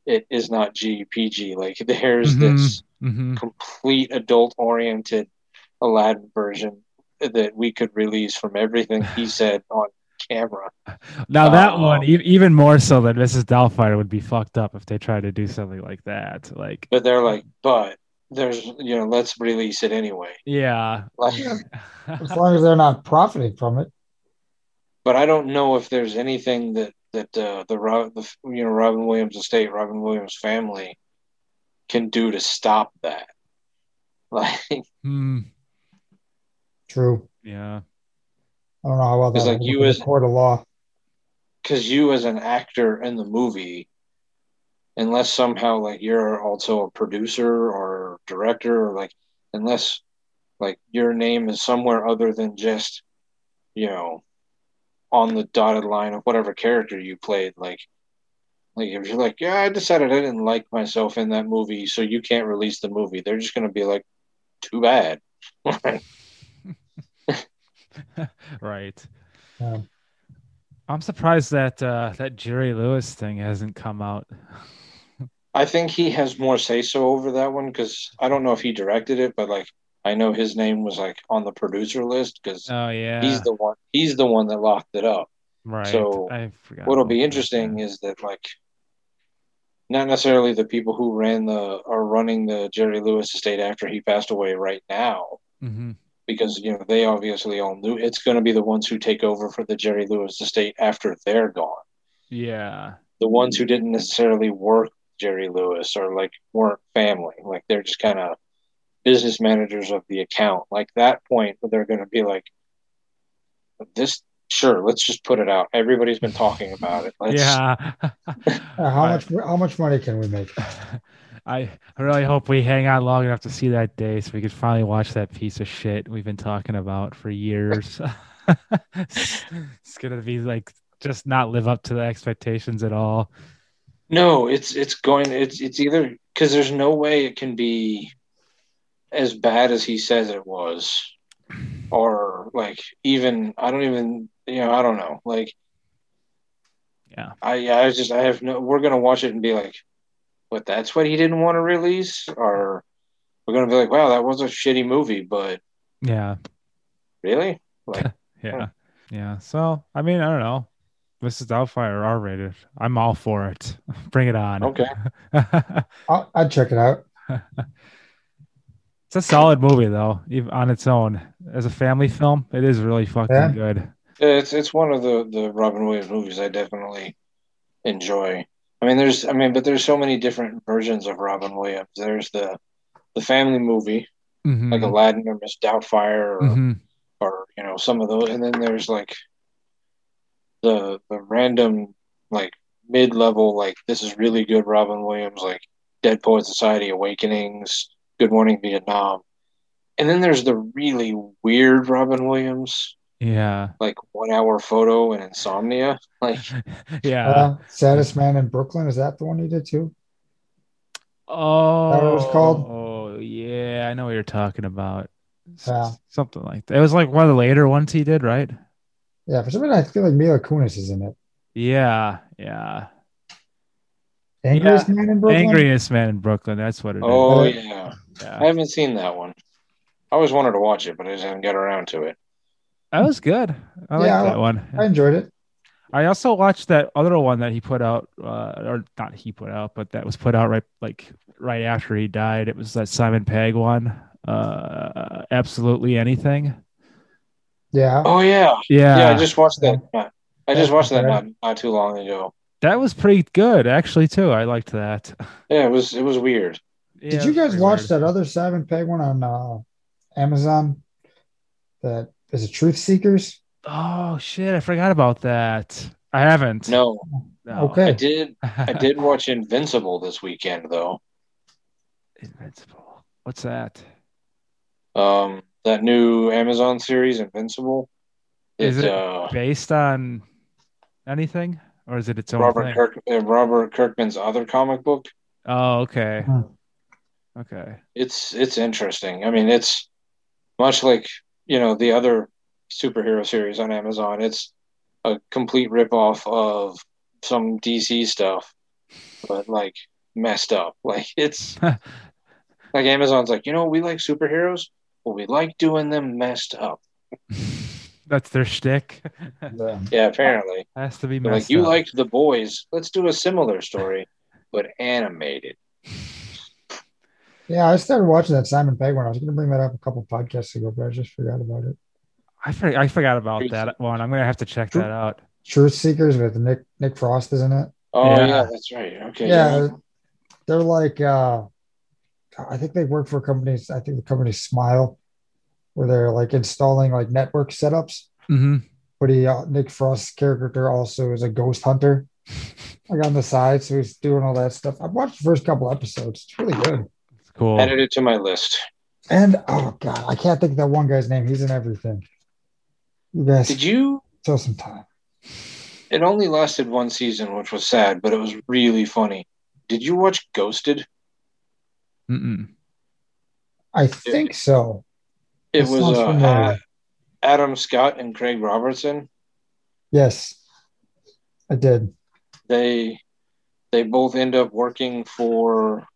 Speaker 1: it is not GPG. Like there's
Speaker 3: Mhm.
Speaker 1: this
Speaker 3: hmm
Speaker 1: complete adult-oriented Aladdin version that we could release from everything he said on camera."
Speaker 3: Now that
Speaker 1: Oh.
Speaker 3: one, e- even more so than Mrs. Doubtfire would be fucked up if they tried to do something like that. Like,
Speaker 1: but they're like, but there's you know, let's release it anyway.
Speaker 3: yeah, [LAUGHS]
Speaker 1: Like,
Speaker 2: As long as they're not profiting from it,
Speaker 1: but I don't know if there's anything that that uh, the Ro- the you know Robin Williams estate, Robin Williams family, can do to stop that. [LAUGHS] Like,
Speaker 3: Hmm.
Speaker 2: true.
Speaker 3: yeah,
Speaker 2: I don't know how well
Speaker 1: It's
Speaker 2: that
Speaker 1: like you as-
Speaker 2: court of law.
Speaker 1: because you as an actor in the movie, unless somehow like you're also a producer or director, or like unless like your name is somewhere other than just you know on the dotted line of whatever character you played, like. Like if you're like, yeah, I decided I didn't like myself in that movie, so you can't release the movie. They're just gonna be like, too bad.
Speaker 3: right.
Speaker 2: Yeah.
Speaker 3: I'm surprised that uh, that Jerry Lewis thing hasn't come out.
Speaker 1: I think he has more say so over that one because I don't know if he directed it, but like I know his name was like on the producer list because
Speaker 3: Oh yeah,
Speaker 1: he's the one he's the one that locked it up.
Speaker 3: right.
Speaker 1: so
Speaker 3: I forgot.
Speaker 1: What'll
Speaker 3: about
Speaker 1: be
Speaker 3: that,
Speaker 1: interesting
Speaker 3: yeah.
Speaker 1: is that like not necessarily the people who ran the are running the Jerry Lewis estate after he passed away right now
Speaker 3: Mhm.
Speaker 1: because you know they obviously all knew it's going to be the ones who take over for the Jerry Lewis estate after they're gone.
Speaker 3: Yeah,
Speaker 1: the ones who didn't necessarily work Jerry Lewis or like weren't family, like they're just kind of business managers of the account. Like that point, they're going to be like, "This, sure, let's just put it out. Everybody's been talking about it. Let's,
Speaker 3: yeah. [LAUGHS]
Speaker 2: Uh, how
Speaker 3: I-
Speaker 2: much how much money can we make?
Speaker 3: I I really hope we hang out long enough to see that day so we could finally watch that piece of shit we've been talking about for years. [LAUGHS] it's gonna be like just not live up to the expectations at all.
Speaker 1: No, it's it's going. It's it's either because there's no way it can be as bad as he says it was, or like even I don't even you know I don't know like
Speaker 3: Yeah.
Speaker 1: I I was just I have no. We're gonna watch it and be like, but that's what he didn't want to release, or we're gonna be like, wow, that was a shitty movie, but
Speaker 3: Yeah,
Speaker 1: really, like
Speaker 3: yeah, yeah. So I mean, I don't know. Mrs. Doubtfire R rated. I'm all for it. [LAUGHS] Bring it on. [LAUGHS]
Speaker 1: Okay.
Speaker 3: it's
Speaker 2: I'll, I'd check it out.
Speaker 3: a solid movie though, even on its own. As a family film, it is really fucking
Speaker 2: Yeah.
Speaker 3: good.
Speaker 1: It's it's one of the the Robin Williams movies I definitely enjoy. I mean, there's I mean, but there's so many different versions of Robin Williams. There's the the family movie
Speaker 3: Mhm.
Speaker 1: like Aladdin or Miss Doubtfire or,
Speaker 3: Mhm.
Speaker 1: or you know some of those, and then there's like the the random like mid level like this is really good Robin Williams like Dead Poet Society Awakenings, Good Morning Vietnam, and then there's the really weird Robin Williams
Speaker 3: Yeah. [LAUGHS]
Speaker 1: like one hour photo and insomnia. [LAUGHS] Like
Speaker 3: yeah.
Speaker 2: Uh, Saddest Man in Brooklyn is that the one you did too?
Speaker 3: Oh,
Speaker 2: was called?
Speaker 3: Oh yeah, I know what you're talking about. S-
Speaker 2: Yeah.
Speaker 3: Something like that. It was like one of the later ones he did, right?
Speaker 2: Yeah, for some reason I feel like Mila Kunis is in it.
Speaker 3: Yeah, yeah.
Speaker 2: Angriest man in Brooklyn.
Speaker 3: Angriest man in Brooklyn. That's what it is.
Speaker 1: Oh
Speaker 2: Yeah.
Speaker 1: yeah, I
Speaker 3: Yeah.
Speaker 1: haven't seen that one. I always wanted to watch it, but I just haven't got around to it.
Speaker 3: That was good. I like
Speaker 2: Yeah, I-
Speaker 3: that one.
Speaker 2: I enjoyed it.
Speaker 3: I also watched that other one that he put out, uh, or not he put out, but that was put out right like right after he died. It was that Simon Pegg one, uh, absolutely anything.
Speaker 2: Yeah.
Speaker 1: Oh yeah,
Speaker 3: Yeah,
Speaker 1: yeah. I just watched that. uh, I just
Speaker 2: Yeah.
Speaker 1: watched that not, not too long ago.
Speaker 3: that was pretty good actually too. I liked that.
Speaker 1: Yeah, it was it was weird.
Speaker 3: Yeah,
Speaker 2: Did you
Speaker 3: it was
Speaker 2: guys
Speaker 3: pretty
Speaker 2: watch
Speaker 3: weird.
Speaker 2: that other Simon Pegg one on uh, Amazon? That is it. Truth Seekers.
Speaker 3: Oh shit! I forgot about that. I haven't.
Speaker 1: No,
Speaker 3: No. [LAUGHS]
Speaker 2: Okay.
Speaker 1: I did I did watch Invincible this weekend though.
Speaker 3: Invincible. What's that?
Speaker 1: Um, that new Amazon series Invincible. It,
Speaker 3: Is it
Speaker 1: uh,
Speaker 3: Based on anything, or is it its own
Speaker 1: Robert
Speaker 3: thing?
Speaker 1: Kirk uh, Robert Kirkman's other comic book?
Speaker 3: Oh, okay.
Speaker 2: Hmm.
Speaker 3: Okay. [LAUGHS]
Speaker 1: it's it's interesting. I mean, it's much like you know the other superhero series on Amazon. It's a complete ripoff of some DC stuff, but like messed up. [LAUGHS] Like
Speaker 3: [LAUGHS]
Speaker 1: it's like Amazon's like you know we like superheroes, but we like doing them messed up.
Speaker 3: That's their shtick.
Speaker 2: Yeah.
Speaker 1: Yeah, apparently.
Speaker 3: [LAUGHS] Has to be
Speaker 1: They're
Speaker 3: messed
Speaker 1: Like you
Speaker 3: up.
Speaker 1: liked the boys, let's do a similar story, but animated.
Speaker 2: [LAUGHS] Yeah, I started watching that Simon Pegg one. I was going to bring that up a couple podcasts ago, but I just forgot about it.
Speaker 3: I, for, I forgot about
Speaker 1: Truth
Speaker 3: that one. I'm gonna have to check
Speaker 2: Truth-
Speaker 3: that out.
Speaker 2: Truth Seekers with Nick Nick Frost, isn't it?
Speaker 1: Oh
Speaker 3: Yeah.
Speaker 1: yeah, that's right. Okay,
Speaker 2: Yeah, they're like uh I think they work for companies. I think the company Smile, where they're like installing like network setups.
Speaker 3: Mm-hmm.
Speaker 2: But he uh, Nick Frost's character also is a ghost hunter, [LAUGHS] like on the side, so he's doing all that stuff. I've watched the first couple episodes. It's really good.
Speaker 3: It's cool.
Speaker 1: added it to my list.
Speaker 2: And oh god, I can't think of that one guy's name. He's in everything. You guys
Speaker 1: Did you
Speaker 2: kill some time.
Speaker 1: It only lasted one season, which was sad, but it was really funny. Did you watch Ghosted?
Speaker 3: Mm-mm.
Speaker 2: I think so.
Speaker 1: It
Speaker 2: That
Speaker 1: was
Speaker 2: sounds
Speaker 1: uh,
Speaker 2: familiar.
Speaker 1: A- Adam Scott and Craig Robertson.
Speaker 2: Yes, I did.
Speaker 1: They they both end up working for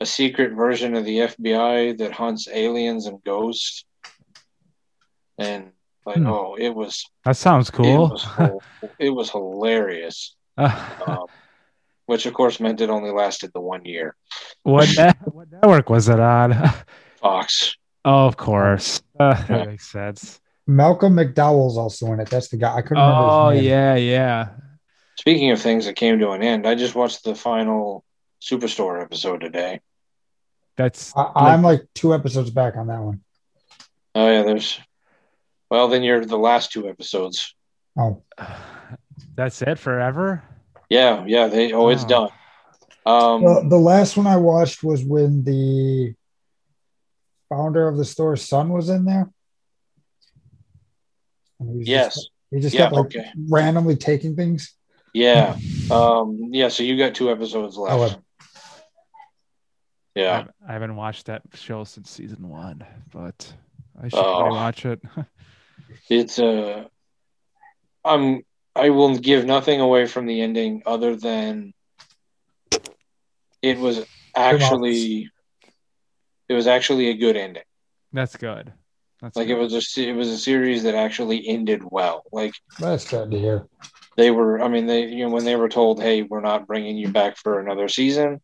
Speaker 1: a secret version of the FBI that hunts aliens and ghosts. And like,
Speaker 3: Hmm.
Speaker 1: oh, it was
Speaker 3: That sounds
Speaker 1: It
Speaker 3: cool.
Speaker 1: was,
Speaker 3: [LAUGHS]
Speaker 1: hil- [LAUGHS] it was hilarious.
Speaker 3: Uh,
Speaker 1: Um, which of course meant it only lasted the one year.
Speaker 3: what, ne- what network was it on? [LAUGHS]
Speaker 1: Fox.
Speaker 3: oh, of course. Uh,
Speaker 1: Yeah.
Speaker 3: [LAUGHS] that makes sense.
Speaker 2: Malcolm McDowell's also in it. That's the guy. I couldn't remember.
Speaker 3: Oh
Speaker 2: his name.
Speaker 3: yeah, yeah.
Speaker 1: Speaking of things that came to an end, I just watched the final Superstore episode today.
Speaker 3: That's
Speaker 2: I, I'm like two episodes back on that one.
Speaker 1: Oh yeah, there's. Well, then you're the last two episodes.
Speaker 2: Oh,
Speaker 3: that's it forever.
Speaker 1: Yeah, yeah. They oh, it's
Speaker 3: Oh.
Speaker 1: done. Um,
Speaker 2: well, the last one I watched was when the founder of the store's son was in there. And he was
Speaker 1: yes,
Speaker 2: just, he just
Speaker 1: Yeah,
Speaker 2: kept like
Speaker 1: okay.
Speaker 2: randomly taking things.
Speaker 1: yeah, um, yeah. So you got two episodes
Speaker 2: Oh,
Speaker 1: left.
Speaker 2: well.
Speaker 1: Yeah,
Speaker 3: I've- I haven't watched that show since season one, but I should
Speaker 1: Oh.
Speaker 3: probably watch it. [LAUGHS]
Speaker 1: it's uh, I'm. I will give nothing away from the ending other than it was actually it was actually a good ending.
Speaker 3: That's good. That's
Speaker 1: Like it
Speaker 3: good.
Speaker 1: was a se- it was a series that actually ended well. Like
Speaker 2: That's good to hear.
Speaker 1: they were i mean they you know when they were told hey we're not bringing you back for another season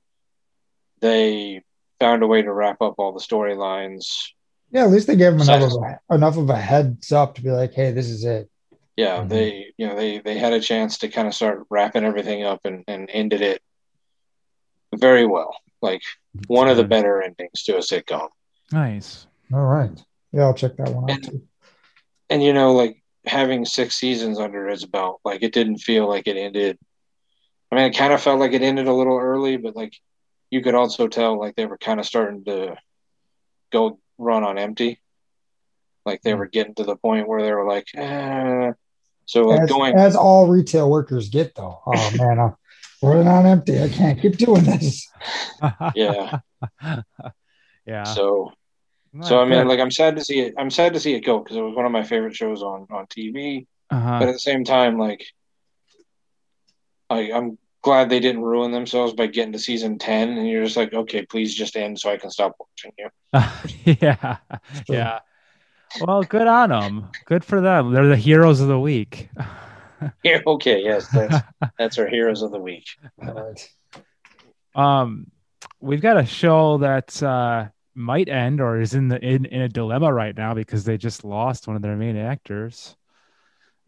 Speaker 1: they found a way to wrap up all the storylines
Speaker 2: Yeah, at least they gave him enough of,
Speaker 1: So-
Speaker 2: a, enough of a heads up to be like, hey, this is it.
Speaker 1: yeah
Speaker 2: Mhm.
Speaker 1: they you know they they had a chance to kind of start wrapping everything up and, and ended it very well like
Speaker 3: That's
Speaker 1: one of the
Speaker 3: good.
Speaker 1: better endings to a sitcom
Speaker 3: Nice. [LAUGHS]
Speaker 2: All right. Yeah, I'll check that one out.
Speaker 1: And-
Speaker 2: Too.
Speaker 1: and you know like having six seasons under its belt like it didn't feel like it ended i mean it kind of felt like it ended a little early but like you could also tell like they were kind of starting to go run on empty like they were getting to the point where they were like eh. so like
Speaker 2: As, [LAUGHS]
Speaker 1: going
Speaker 2: as all retail workers get, though.
Speaker 1: [LAUGHS]
Speaker 2: Oh, man, I'm running on empty. I can't keep doing this.
Speaker 1: Yeah.
Speaker 3: yeah.
Speaker 1: so so I mean, like I'm sad to see it. I'm sad to see it go because it was one of my favorite shows on on TV. But
Speaker 3: uh
Speaker 1: at the same time, like, I, I'm glad they didn't ruin themselves by getting to season ten, and you're just like, okay, please just end so I can stop watching you. [LAUGHS]
Speaker 3: [LAUGHS] yeah, yeah. Well, good on them. Good for them. They're the heroes of the week.
Speaker 1: Yeah, okay, yes, that's that's our heroes of the week.
Speaker 2: All right.
Speaker 3: um we've got a show that uh might end or is in the in, in a dilemma right now because they just lost one of their main actors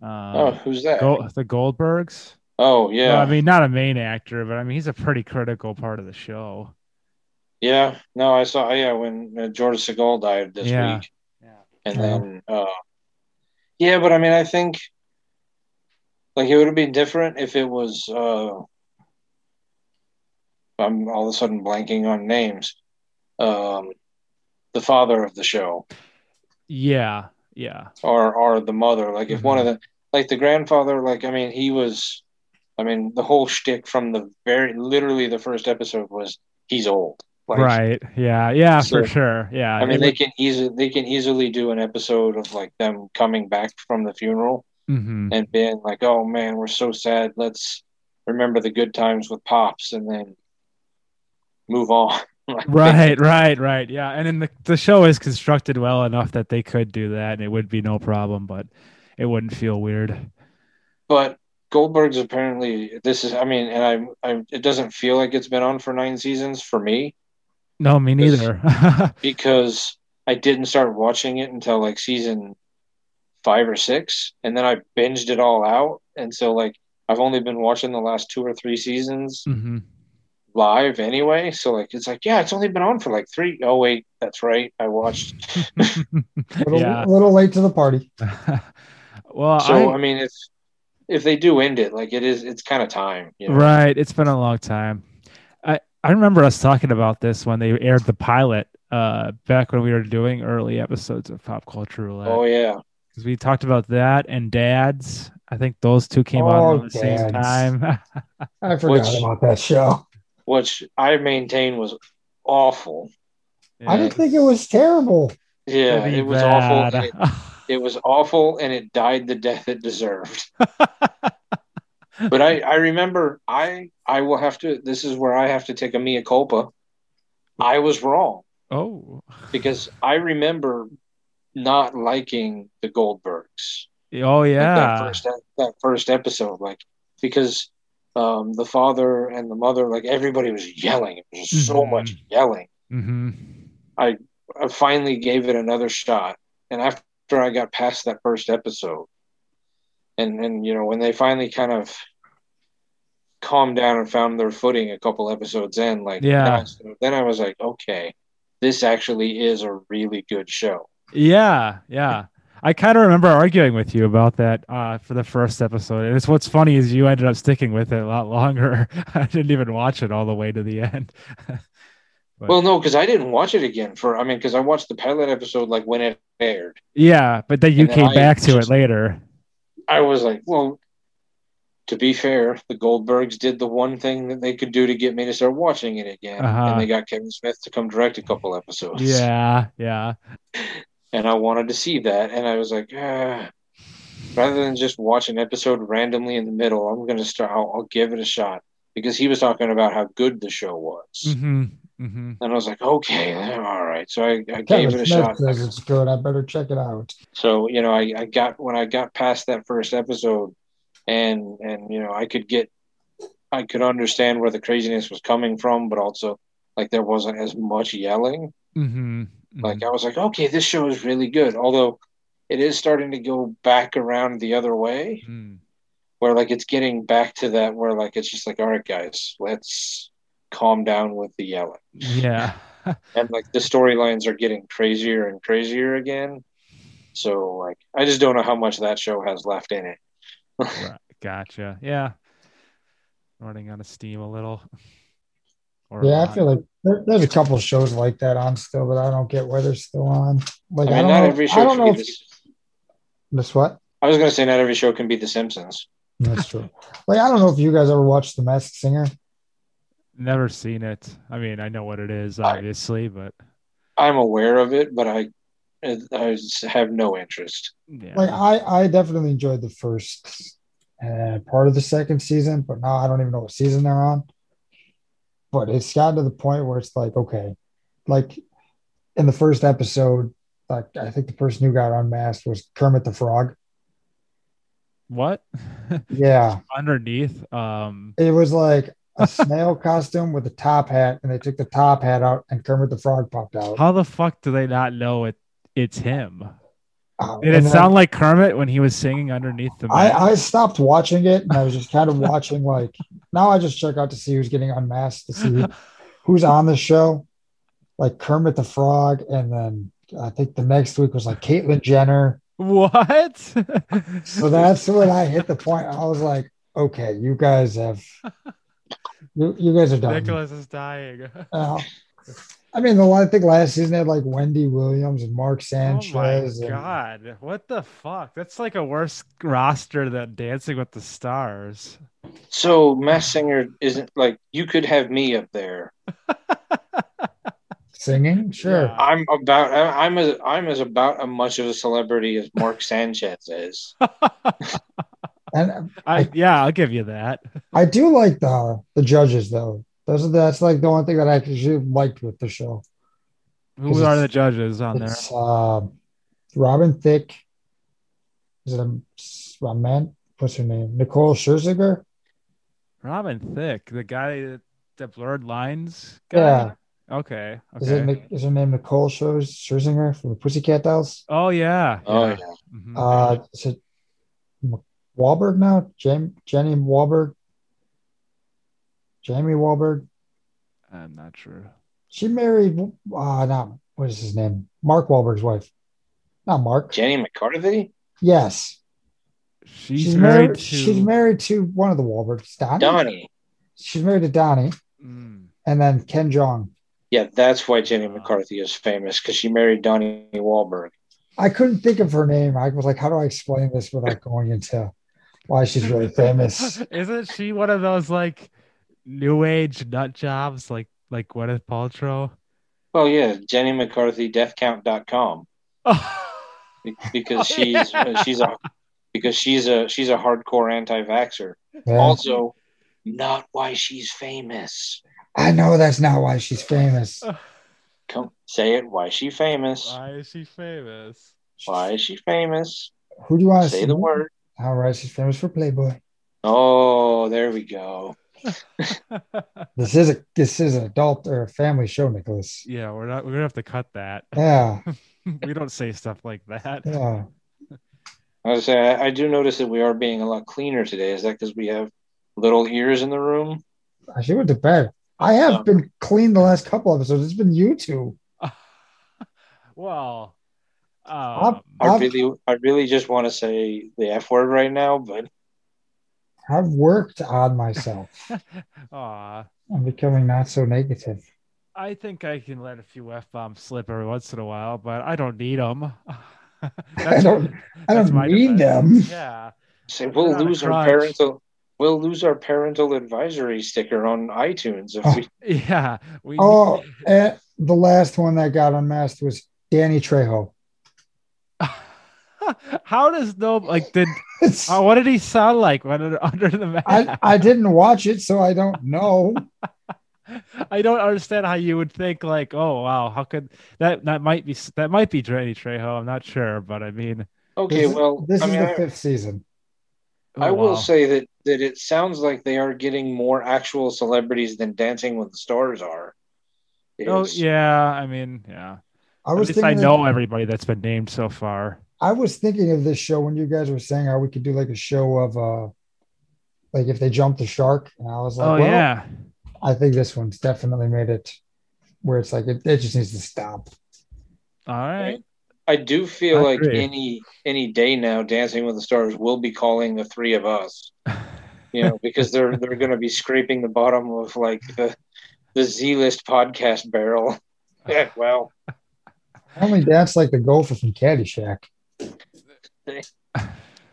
Speaker 1: oh,
Speaker 3: uh,
Speaker 1: who's that?
Speaker 3: Go- the goldbergs
Speaker 1: oh
Speaker 3: Well,
Speaker 1: yeah,
Speaker 3: i mean not a main actor but i mean he's a pretty critical part of the show
Speaker 1: yeah. No, I saw. Yeah, when uh, George Segal died this
Speaker 3: Yeah.
Speaker 1: week,
Speaker 3: yeah
Speaker 1: and
Speaker 2: Yeah.
Speaker 1: then uh, yeah, but I mean, I think like it would have been different if it was. Uh, I'm all of a sudden blanking on names. Um, the father of the show.
Speaker 3: yeah yeah
Speaker 1: or or the mother. Like if
Speaker 3: Mhm.
Speaker 1: one of the like the grandfather, like I mean, he was, I mean, the whole shtick from the very literally the first episode was he's old. Like,
Speaker 3: right yeah yeah
Speaker 1: So-
Speaker 3: for sure yeah
Speaker 1: I mean,
Speaker 3: It
Speaker 1: they can easily they can easily do an episode of like them coming back from the funeral
Speaker 3: would-
Speaker 1: [LAUGHS]
Speaker 3: mhm.
Speaker 1: and being like, "Oh man, we're so sad. Let's remember the good times with pops," and then move on. [LAUGHS] Like,
Speaker 3: right right right yeah and then the, the show is constructed well enough that they could do that and it would be no problem but it wouldn't feel weird
Speaker 1: But Goldberg's apparently this is. I mean, and I'm. I it doesn't feel like it's been on for nine seasons for me.
Speaker 3: no me
Speaker 1: This-
Speaker 3: neither [LAUGHS]
Speaker 1: because I didn't start watching it until like season five or six, and then I binged it all out. And so like I've only been watching the last two or three seasons
Speaker 3: hmm
Speaker 1: live anyway. So like it's like yeah, it's only been on for like three. Oh wait, that's right, I watched.
Speaker 3: [LAUGHS]
Speaker 2: Little,
Speaker 3: yeah.
Speaker 2: little late to the party.
Speaker 3: [LAUGHS] well,
Speaker 1: so
Speaker 3: I-
Speaker 1: I, mean, if if they do end it, like it is, it's kind of time. You know?
Speaker 3: right. It's been a long time. I, I remember us talking about this when they aired the pilot uh, back when we were doing early episodes of Pop Culture Roulette.
Speaker 1: Oh yeah,
Speaker 3: 'Cause we talked about that and Dads. I think those two came out
Speaker 2: Oh,
Speaker 3: around the same
Speaker 2: Dads.
Speaker 3: time. [LAUGHS]
Speaker 2: I forgot
Speaker 1: Which-
Speaker 2: about that show.
Speaker 1: which I maintain was awful.
Speaker 2: I didn't think it was terrible.
Speaker 1: Yeah,
Speaker 3: Pretty
Speaker 1: it was
Speaker 3: bad.
Speaker 1: awful. It, it was awful, and it died the death it deserved.
Speaker 3: [LAUGHS]
Speaker 1: but I, I remember I I will have to this is where I have to take a mea culpa. I was wrong
Speaker 3: [LAUGHS] oh.
Speaker 1: because I remember not liking the Goldbergs.
Speaker 3: Oh
Speaker 1: Like
Speaker 3: yeah.
Speaker 1: that first that, first episode, like because um, the father and the mother, like everybody was yelling. It was just so
Speaker 3: Mhm.
Speaker 1: much yelling.
Speaker 3: hmm
Speaker 1: I finally gave it another shot, and after I got past that first episode, and and you know when they finally kind of calmed down and found their footing a couple episodes in, like
Speaker 3: Yeah.
Speaker 1: then I was- then I was like, okay, this actually is a really good show.
Speaker 3: Yeah, yeah. I kind of remember arguing with you about that uh, for the first episode, and it's what's funny is you ended up sticking with it a lot longer. [LAUGHS] I didn't even watch it all the way to the end. But-
Speaker 1: Well, no, because I didn't watch it again for I mean, because I watched the pilot episode like when it aired.
Speaker 3: yeah, but then you
Speaker 1: And then
Speaker 3: came
Speaker 1: I
Speaker 3: back to it
Speaker 1: just-
Speaker 3: later.
Speaker 1: I was like, well. To be fair, the Goldbergs did the one thing that they could do to get me to start watching it again,
Speaker 3: Uh-huh.
Speaker 1: and they got Kevin Smith to come direct a couple episodes.
Speaker 3: Yeah, yeah.
Speaker 1: and I wanted to see that. And I was like, ah, rather than just watch an episode randomly in the middle, I'm going to start, I'll, I'll give it a shot because he was talking about how good the show was.
Speaker 3: hmm hmm
Speaker 1: And I was like, okay, all right. So I, I gave
Speaker 2: Kevin
Speaker 1: it a
Speaker 2: Smith
Speaker 1: shot.
Speaker 2: says it's good. I better check it out.
Speaker 1: So, you know, I, I got, when I got past that first episode and, and, you know, I could get, I could understand where the craziness was coming from, but also like there wasn't as much yelling.
Speaker 3: hmm
Speaker 1: Like I was like, okay, this show is really good. Although it is starting to go back around the other way,
Speaker 3: mm-hmm.
Speaker 1: where like it's getting back to that where like it's just like, all right, guys, let's calm down with the yelling.
Speaker 3: yeah. [LAUGHS]
Speaker 1: And like the storylines are getting crazier and crazier again. So like I just don't know how much that show has left in it.
Speaker 3: Right. Gotcha. Yeah. Running out of steam a little. Or a
Speaker 2: Yeah, I
Speaker 3: lot.
Speaker 2: feel like there, there's a couple shows like that on still, but I don't get why they're still on. Like
Speaker 1: I mean,
Speaker 2: I, don't
Speaker 1: not
Speaker 2: know.
Speaker 1: every
Speaker 2: I
Speaker 1: show
Speaker 2: don't
Speaker 1: can
Speaker 2: know.
Speaker 1: be
Speaker 2: If,
Speaker 1: the,
Speaker 2: this what?
Speaker 1: I was gonna say not every show can be The Simpsons. [LAUGHS]
Speaker 2: That's true. Like I don't know if you guys ever watched The Masked Singer.
Speaker 3: Never seen it. I mean, I know what it is,
Speaker 1: I-
Speaker 3: obviously, but
Speaker 1: I'm aware of it, but I I have no interest.
Speaker 3: Yeah.
Speaker 2: Like I, I definitely enjoyed the first uh, part of the second season, but now I don't even know what season they're on. But it's gotten to the point where it's like, okay, like in the first episode, like I think the person who got unmasked was Kermit the Frog.
Speaker 3: what? [LAUGHS]
Speaker 2: Yeah,
Speaker 3: Underneath. Um
Speaker 2: it was like a snail [LAUGHS] costume with a top hat, and they took the top hat out, and Kermit the Frog popped out.
Speaker 3: how the fuck do they not know it it's him?
Speaker 2: Uh,
Speaker 3: Did it
Speaker 2: and then
Speaker 3: sound like Kermit when he was singing underneath the mask?
Speaker 2: I, I stopped watching it and I was just kind of watching like now I just check out to see who's getting unmasked to see who's on the show, like Kermit the Frog, and then I think the next week was like Caitlyn Jenner.
Speaker 3: [LAUGHS] what?
Speaker 2: So
Speaker 3: [LAUGHS]
Speaker 2: that's when I hit the point. I was like, okay, you guys have, you, you guys are done.
Speaker 3: Nicholas is dying.
Speaker 2: Uh, I mean, the one I think last season they had like Wendy Williams [LAUGHS] and Mark Sanchez.
Speaker 3: oh my
Speaker 2: and-
Speaker 3: god! What the fuck? That's like a worse roster than Dancing with the Stars.
Speaker 1: So Mass Singer isn't like you could have me up there.
Speaker 2: singing, sure.
Speaker 3: Yeah.
Speaker 1: I'm about I'm as I'm as about as much of a celebrity as
Speaker 2: [LAUGHS]
Speaker 1: Mark Sanchez is.
Speaker 2: And
Speaker 3: I yeah, I'll give you that.
Speaker 2: I do like the the judges though. Those are that's like the one thing that I actually liked with the show.
Speaker 3: Who are the judges on there?
Speaker 2: It's uh, Robin Thicke. Is it a, a man? What's her name? Nicole Scherzinger.
Speaker 3: Robin Thicke, the guy that the blurred lines. Guy?
Speaker 2: Yeah.
Speaker 3: Okay.
Speaker 2: Is it
Speaker 3: Okay.
Speaker 2: Nic- is her name Nicole Scherz- Scherzinger from the Pussycat Dolls?
Speaker 3: oh yeah.
Speaker 1: Oh
Speaker 3: yeah.
Speaker 1: yeah.
Speaker 3: Mhm.
Speaker 2: Uh, is it M- Wahlberg now? Jam- Jenny Wahlberg, Jamie Wahlberg.
Speaker 3: I'm not sure.
Speaker 2: She married uh not what is his name? Mark Wahlberg's wife. Not Mark.
Speaker 1: Jenny McCarthy?
Speaker 2: yes,
Speaker 3: She's, married, to.
Speaker 2: She's married to one of the Wahlbergs. Donnie.
Speaker 1: Donnie.
Speaker 2: She's married to Donnie,
Speaker 3: Mm.
Speaker 2: and then Ken Jong.
Speaker 1: Yeah, that's why Jenny
Speaker 3: Wow.
Speaker 2: Uh-huh.
Speaker 1: McCarthy is famous because she married Donnie Wahlberg.
Speaker 2: I couldn't think of her name. I was like, how do I explain this without going into why she's really famous?
Speaker 3: [LAUGHS] Isn't she one of those like new age nut jobs like like Gwyneth Paltrow?
Speaker 1: Oh yeah, Jenny McCarthy deathcount.com be- because
Speaker 3: [LAUGHS] Oh,
Speaker 1: she's uh,
Speaker 3: yeah.
Speaker 1: she's a because she's a she's a hardcore anti-vaxxer.
Speaker 2: Yeah.
Speaker 1: [LAUGHS] Also not why she's famous.
Speaker 2: I know that's not why she's famous.
Speaker 1: Come say it, why is she famous?
Speaker 3: [LAUGHS] Why is she famous? [LAUGHS]
Speaker 1: Why is she famous?
Speaker 2: Who do you want to
Speaker 1: Say the word.
Speaker 2: All right, she's famous for Playboy.
Speaker 1: Oh, there we go.
Speaker 2: This is a this is an adult or a family show, Nicholas.
Speaker 3: yeah, we're not. We're gonna have to cut that. [LAUGHS]
Speaker 2: Yeah,
Speaker 3: we don't say stuff like that.
Speaker 2: yeah.
Speaker 1: I was say I, I do notice that we are being a lot cleaner today. Is that because we have little ears in the room?
Speaker 2: She went to bed. I have been clean the last couple episodes. It's been you two.
Speaker 3: [LAUGHS] well, um,
Speaker 1: I
Speaker 2: I've-
Speaker 1: really, I really just want to say the f word right now, but
Speaker 2: I've worked on myself.
Speaker 3: um, [LAUGHS] aw,
Speaker 2: I'm becoming not so negative.
Speaker 3: I think I can let a few f bombs slip every once in a while, but I don't need [LAUGHS] them.
Speaker 2: I don't. I don't need them.
Speaker 3: [LAUGHS] Yeah.
Speaker 1: say
Speaker 3: We're
Speaker 1: we'll
Speaker 3: on a
Speaker 1: lose our
Speaker 3: crutch.
Speaker 1: parental, we'll lose our parental advisory sticker on iTunes if we.
Speaker 3: Yeah. We
Speaker 2: Oh, and the last one that got unmasked was Danny Trejo.
Speaker 3: [LAUGHS] How does no like did
Speaker 2: It's,
Speaker 3: uh, what did he sound like when it- [LAUGHS] under the mask?
Speaker 2: I, I didn't watch it, so I don't know.
Speaker 3: [LAUGHS] I don't understand how you would think like, oh wow, how could that that might be that might be Danny Trejo? I'm not sure, but I mean,
Speaker 1: Okay,
Speaker 2: This-
Speaker 1: well,
Speaker 2: this
Speaker 1: I
Speaker 2: is
Speaker 1: mean,
Speaker 2: the
Speaker 1: I,
Speaker 2: fifth season.
Speaker 1: I
Speaker 3: oh,
Speaker 1: will
Speaker 3: wow.
Speaker 1: say that that it sounds like they are getting more actual celebrities than Dancing with the Stars are.
Speaker 3: Oh
Speaker 1: It's-
Speaker 3: yeah, I mean, yeah.
Speaker 2: I
Speaker 3: At
Speaker 2: was
Speaker 3: least I
Speaker 2: thinking.
Speaker 3: know everybody that's been named so far.
Speaker 2: I was thinking of this show when you guys were saying how we could do like a show of uh, like if they jump the shark, and I was like,
Speaker 3: oh
Speaker 2: well,
Speaker 3: yeah,
Speaker 2: I think this one's definitely made it where it's like it, it just needs to stop.
Speaker 3: all right.
Speaker 1: I do feel
Speaker 3: I
Speaker 1: like
Speaker 3: agree.
Speaker 1: any any day now, Dancing with the Stars will be calling the three of
Speaker 3: [LAUGHS]
Speaker 1: us. You know, because they're they're going to be scraping the bottom of like the the Z list podcast barrel. [LAUGHS] Yeah, well,
Speaker 2: I only dance like the gopher from Caddyshack.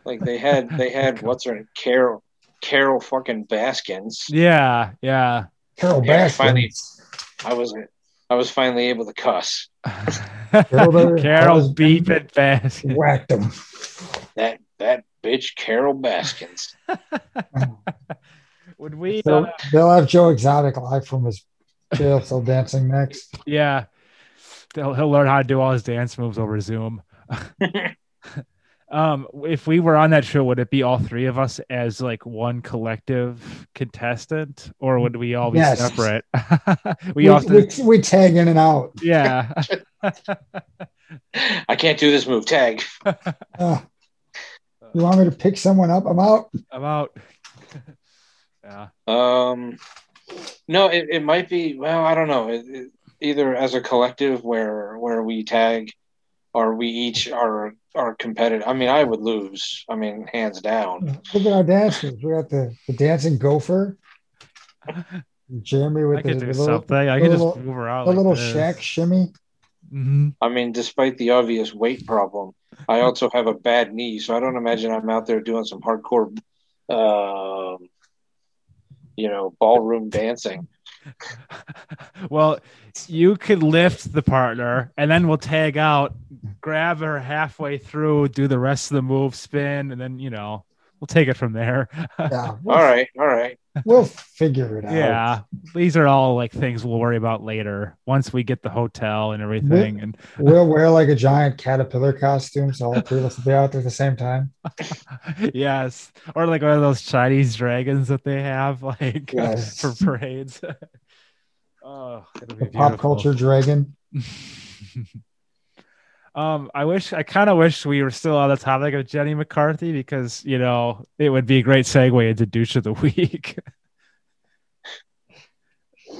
Speaker 1: like they
Speaker 3: [LAUGHS]
Speaker 1: had they had what's her name, Carol Carol fucking Baskins.
Speaker 3: Yeah, yeah.
Speaker 2: Carol
Speaker 1: Yeah,
Speaker 2: Baskin.
Speaker 1: finally. I was I I was finally able to cuss.
Speaker 3: [LAUGHS]
Speaker 2: Carol-
Speaker 3: Carol's beeping
Speaker 2: [LAUGHS]
Speaker 3: fast.
Speaker 2: Whacked him.
Speaker 1: That that bitch Carol Baskins.
Speaker 3: Would [LAUGHS] we?
Speaker 2: They'll,
Speaker 3: uh,
Speaker 2: they'll have Joe Exotic live from his jail cell dancing next.
Speaker 3: yeah, he'll, he'll learn how to do all his dance moves over Zoom. um, if we were on that show, would it be all three of us as like one collective contestant, or would we all be
Speaker 2: Yes.
Speaker 3: separate? [LAUGHS] [LAUGHS] we,
Speaker 2: We,
Speaker 3: all, have to-
Speaker 2: we, we tag in and out. [LAUGHS]
Speaker 3: yeah.
Speaker 1: I can't do this move. Tag.
Speaker 2: Ah. you want me to pick someone up? I'm out.
Speaker 3: I'm out. [LAUGHS] yeah.
Speaker 1: Um, no, it, it might be. Well, I don't know. It, it, either as a collective, where where we tag, or we each are are competitive. I mean, I would lose. I mean, hands down.
Speaker 2: Look at our dancers. We got the, the dancing gopher, Jeremy
Speaker 3: I
Speaker 2: with the,
Speaker 3: could do
Speaker 2: the little,
Speaker 3: something. I
Speaker 2: the
Speaker 3: could just
Speaker 2: little-
Speaker 3: move around.
Speaker 2: the
Speaker 3: like
Speaker 2: little
Speaker 3: this.
Speaker 2: shack shimmy.
Speaker 3: Mhm.
Speaker 1: I mean, despite the obvious weight problem, I also have a bad knee, so I don't imagine I'm out there doing some hardcore, um, you know, ballroom dancing.
Speaker 3: [LAUGHS] well, you could lift the partner, and then we'll tag out, grab her halfway through, do the rest of the move, spin, and then you know we'll take it from there. [LAUGHS]
Speaker 2: Yeah, we'll,
Speaker 1: All right, all right.
Speaker 2: we'll figure it out.
Speaker 3: yeah, these are all like things we'll worry about later once we get the hotel and everything. And [LAUGHS]
Speaker 2: We'll wear like a giant caterpillar costume, so all three of us will be out there at the same time.
Speaker 3: yes, or like one of those Chinese dragons that they have, [LAUGHS] like
Speaker 2: Yes.
Speaker 3: for parades. [LAUGHS] oh, it'll be
Speaker 2: The pop
Speaker 3: beautiful.
Speaker 2: culture dragon.
Speaker 3: [LAUGHS] um, I wish I kind of wish we were still on the topic of Jenny McCarthy because you know it would be a great segue into douche of the week. [LAUGHS]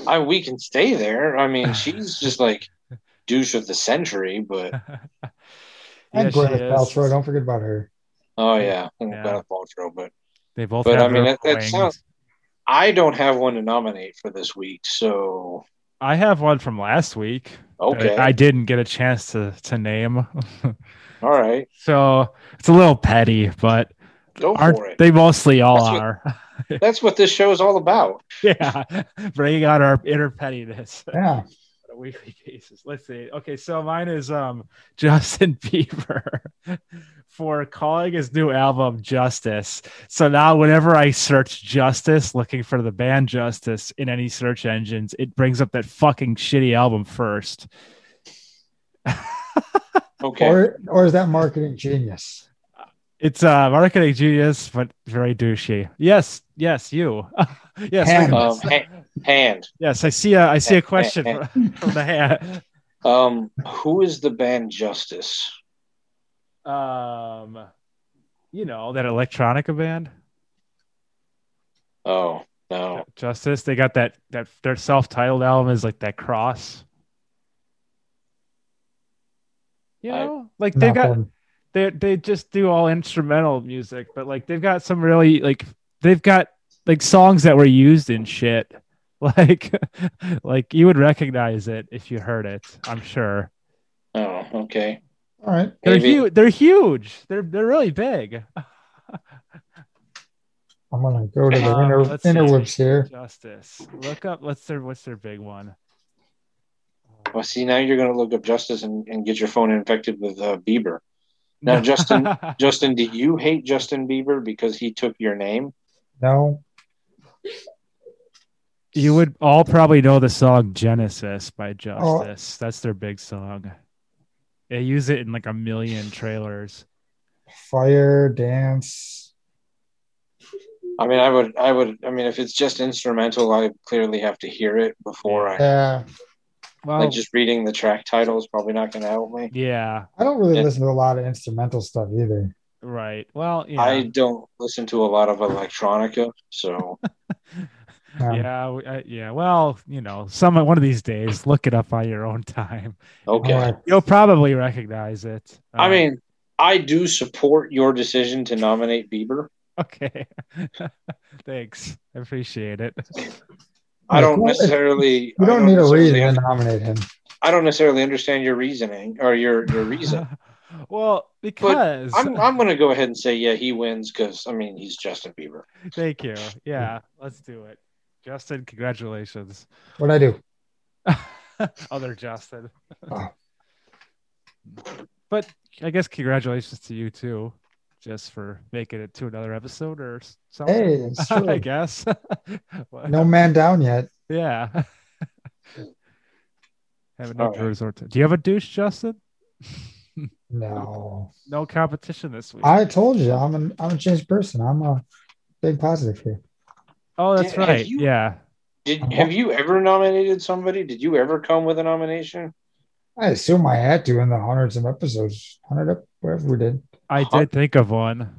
Speaker 1: I we can stay there. I
Speaker 3: [LAUGHS]
Speaker 1: mean, she's just like douche of the century, but
Speaker 2: And
Speaker 3: she
Speaker 2: Gwyneth
Speaker 3: is.
Speaker 2: Paltrow. Don't forget about her.
Speaker 3: [LAUGHS]
Speaker 1: oh yeah, I'm
Speaker 3: Yeah.
Speaker 1: glad I thought so, but
Speaker 3: They both.
Speaker 1: But,
Speaker 3: have
Speaker 1: I mean,
Speaker 3: their
Speaker 1: that- that
Speaker 3: wings.
Speaker 1: sounds- I don't have one to nominate for this week, so
Speaker 3: I have one from last week. that
Speaker 1: okay,
Speaker 3: I didn't get a chance to to name, [LAUGHS]
Speaker 1: all right,
Speaker 3: so it's a little petty, but
Speaker 1: go
Speaker 3: aren't
Speaker 1: for it.
Speaker 3: they mostly all
Speaker 1: That's what-
Speaker 3: are? [LAUGHS]
Speaker 1: That's what this show is all about.
Speaker 3: yeah, bringing out our inner pettiness.
Speaker 2: Yeah.
Speaker 3: on a weekly [LAUGHS] basis. Let's see. Okay, so mine is um [LAUGHS] Justin Bieber [LAUGHS] for calling his new album Justice. So now whenever I search Justice looking for the band Justice in any search engines, it brings up that fucking shitty album first.
Speaker 1: Okay,
Speaker 2: Or or is that marketing genius?
Speaker 3: It's uh marketing genius, but very douchey. Yes, yes, you. [LAUGHS] yes, I-
Speaker 2: Hannah.
Speaker 1: um, ha- hand.
Speaker 3: yes. I see a I see a question from, from the hand.
Speaker 1: Um, who is the band Justice?
Speaker 3: Um, you know that electronica band.
Speaker 1: Oh no,
Speaker 3: Justice. They got that that their self-titled album is like that cross. You
Speaker 1: I-
Speaker 3: know, like they've
Speaker 2: Not
Speaker 3: got
Speaker 2: them.
Speaker 3: they they just do all instrumental music, but like they've got some really like they've got like songs that were used in shit. [LAUGHS] Like like you would recognize it if you heard it, I'm sure.
Speaker 1: oh okay.
Speaker 2: All right.
Speaker 3: They're
Speaker 1: Maybe.
Speaker 3: huge they're huge. They're they're really big.
Speaker 2: I'm gonna go to the
Speaker 3: Um,
Speaker 2: inner,
Speaker 3: let's see.
Speaker 2: interwebs here.
Speaker 3: Justice. Look up what's their what's their big one?
Speaker 1: Well, see, now you're going to look up Justice and, and get your phone infected with uh, Bieber.
Speaker 3: [LAUGHS]
Speaker 1: Now, Justin, Justin, do you hate Justin Bieber because he took your name?
Speaker 2: No.
Speaker 3: You would all probably know the song Genesis by Justice. That's their big song. They use it in like a million trailers.
Speaker 2: Fire dance.
Speaker 1: I mean, I would, I would, I mean, if it's just instrumental, I clearly have to hear it before I.
Speaker 2: Yeah.
Speaker 3: Well,
Speaker 1: Like just reading the track title is probably not going to help me.
Speaker 3: yeah,
Speaker 2: I don't really
Speaker 1: Yeah.
Speaker 2: listen to a lot of instrumental stuff either.
Speaker 3: right. Well, yeah,
Speaker 1: I don't listen to a lot of electronica,
Speaker 2: [LAUGHS]
Speaker 1: so
Speaker 2: Um,
Speaker 3: yeah, we- I- yeah. Well, you know, some one of these days, look it up on your own time.
Speaker 1: okay.
Speaker 2: all right.
Speaker 3: You'll probably recognize it.
Speaker 1: I
Speaker 3: Um,
Speaker 1: mean, I do support your decision to nominate Bieber.
Speaker 3: [LAUGHS] okay. [LAUGHS] Thanks, I appreciate it.
Speaker 1: I don't
Speaker 2: Well,
Speaker 1: necessarily.
Speaker 2: You
Speaker 1: I
Speaker 2: don't need a
Speaker 1: necessarily
Speaker 2: reason to
Speaker 1: under-
Speaker 2: nominate him.
Speaker 1: I don't necessarily understand your reasoning or your your
Speaker 2: [LAUGHS]
Speaker 1: reason.
Speaker 3: [LAUGHS] well, because
Speaker 1: I'm I'm going to go ahead and say yeah, he wins because I mean he's Justin Bieber.
Speaker 3: thank you. Yeah, let's do it. Justin, congratulations. [LAUGHS]
Speaker 2: What'd I do?
Speaker 3: Other Justin.
Speaker 2: Oh.
Speaker 3: but I guess congratulations to you too, just for making it to another episode or s- something.
Speaker 2: Hey, it's
Speaker 3: [LAUGHS] I
Speaker 2: true.
Speaker 3: guess. [LAUGHS] What-
Speaker 2: no man down yet. [LAUGHS]
Speaker 3: Yeah. Have a
Speaker 1: All
Speaker 3: need
Speaker 1: right.
Speaker 3: to resort to. Do you have a douche, Justin?
Speaker 2: No,
Speaker 3: No competition this week.
Speaker 2: I told you I'm an I'm a changed person. I'm a big positive here.
Speaker 3: oh, that's
Speaker 1: Did- have
Speaker 3: right.
Speaker 1: you-
Speaker 3: Yeah.
Speaker 1: Did
Speaker 2: Uh-huh.
Speaker 1: have you ever nominated somebody? Did you ever come with a nomination?
Speaker 2: I assume I had to in the hundreds of episodes, hundred ep- whatever we did.
Speaker 3: I
Speaker 1: Huh.
Speaker 3: did think of one.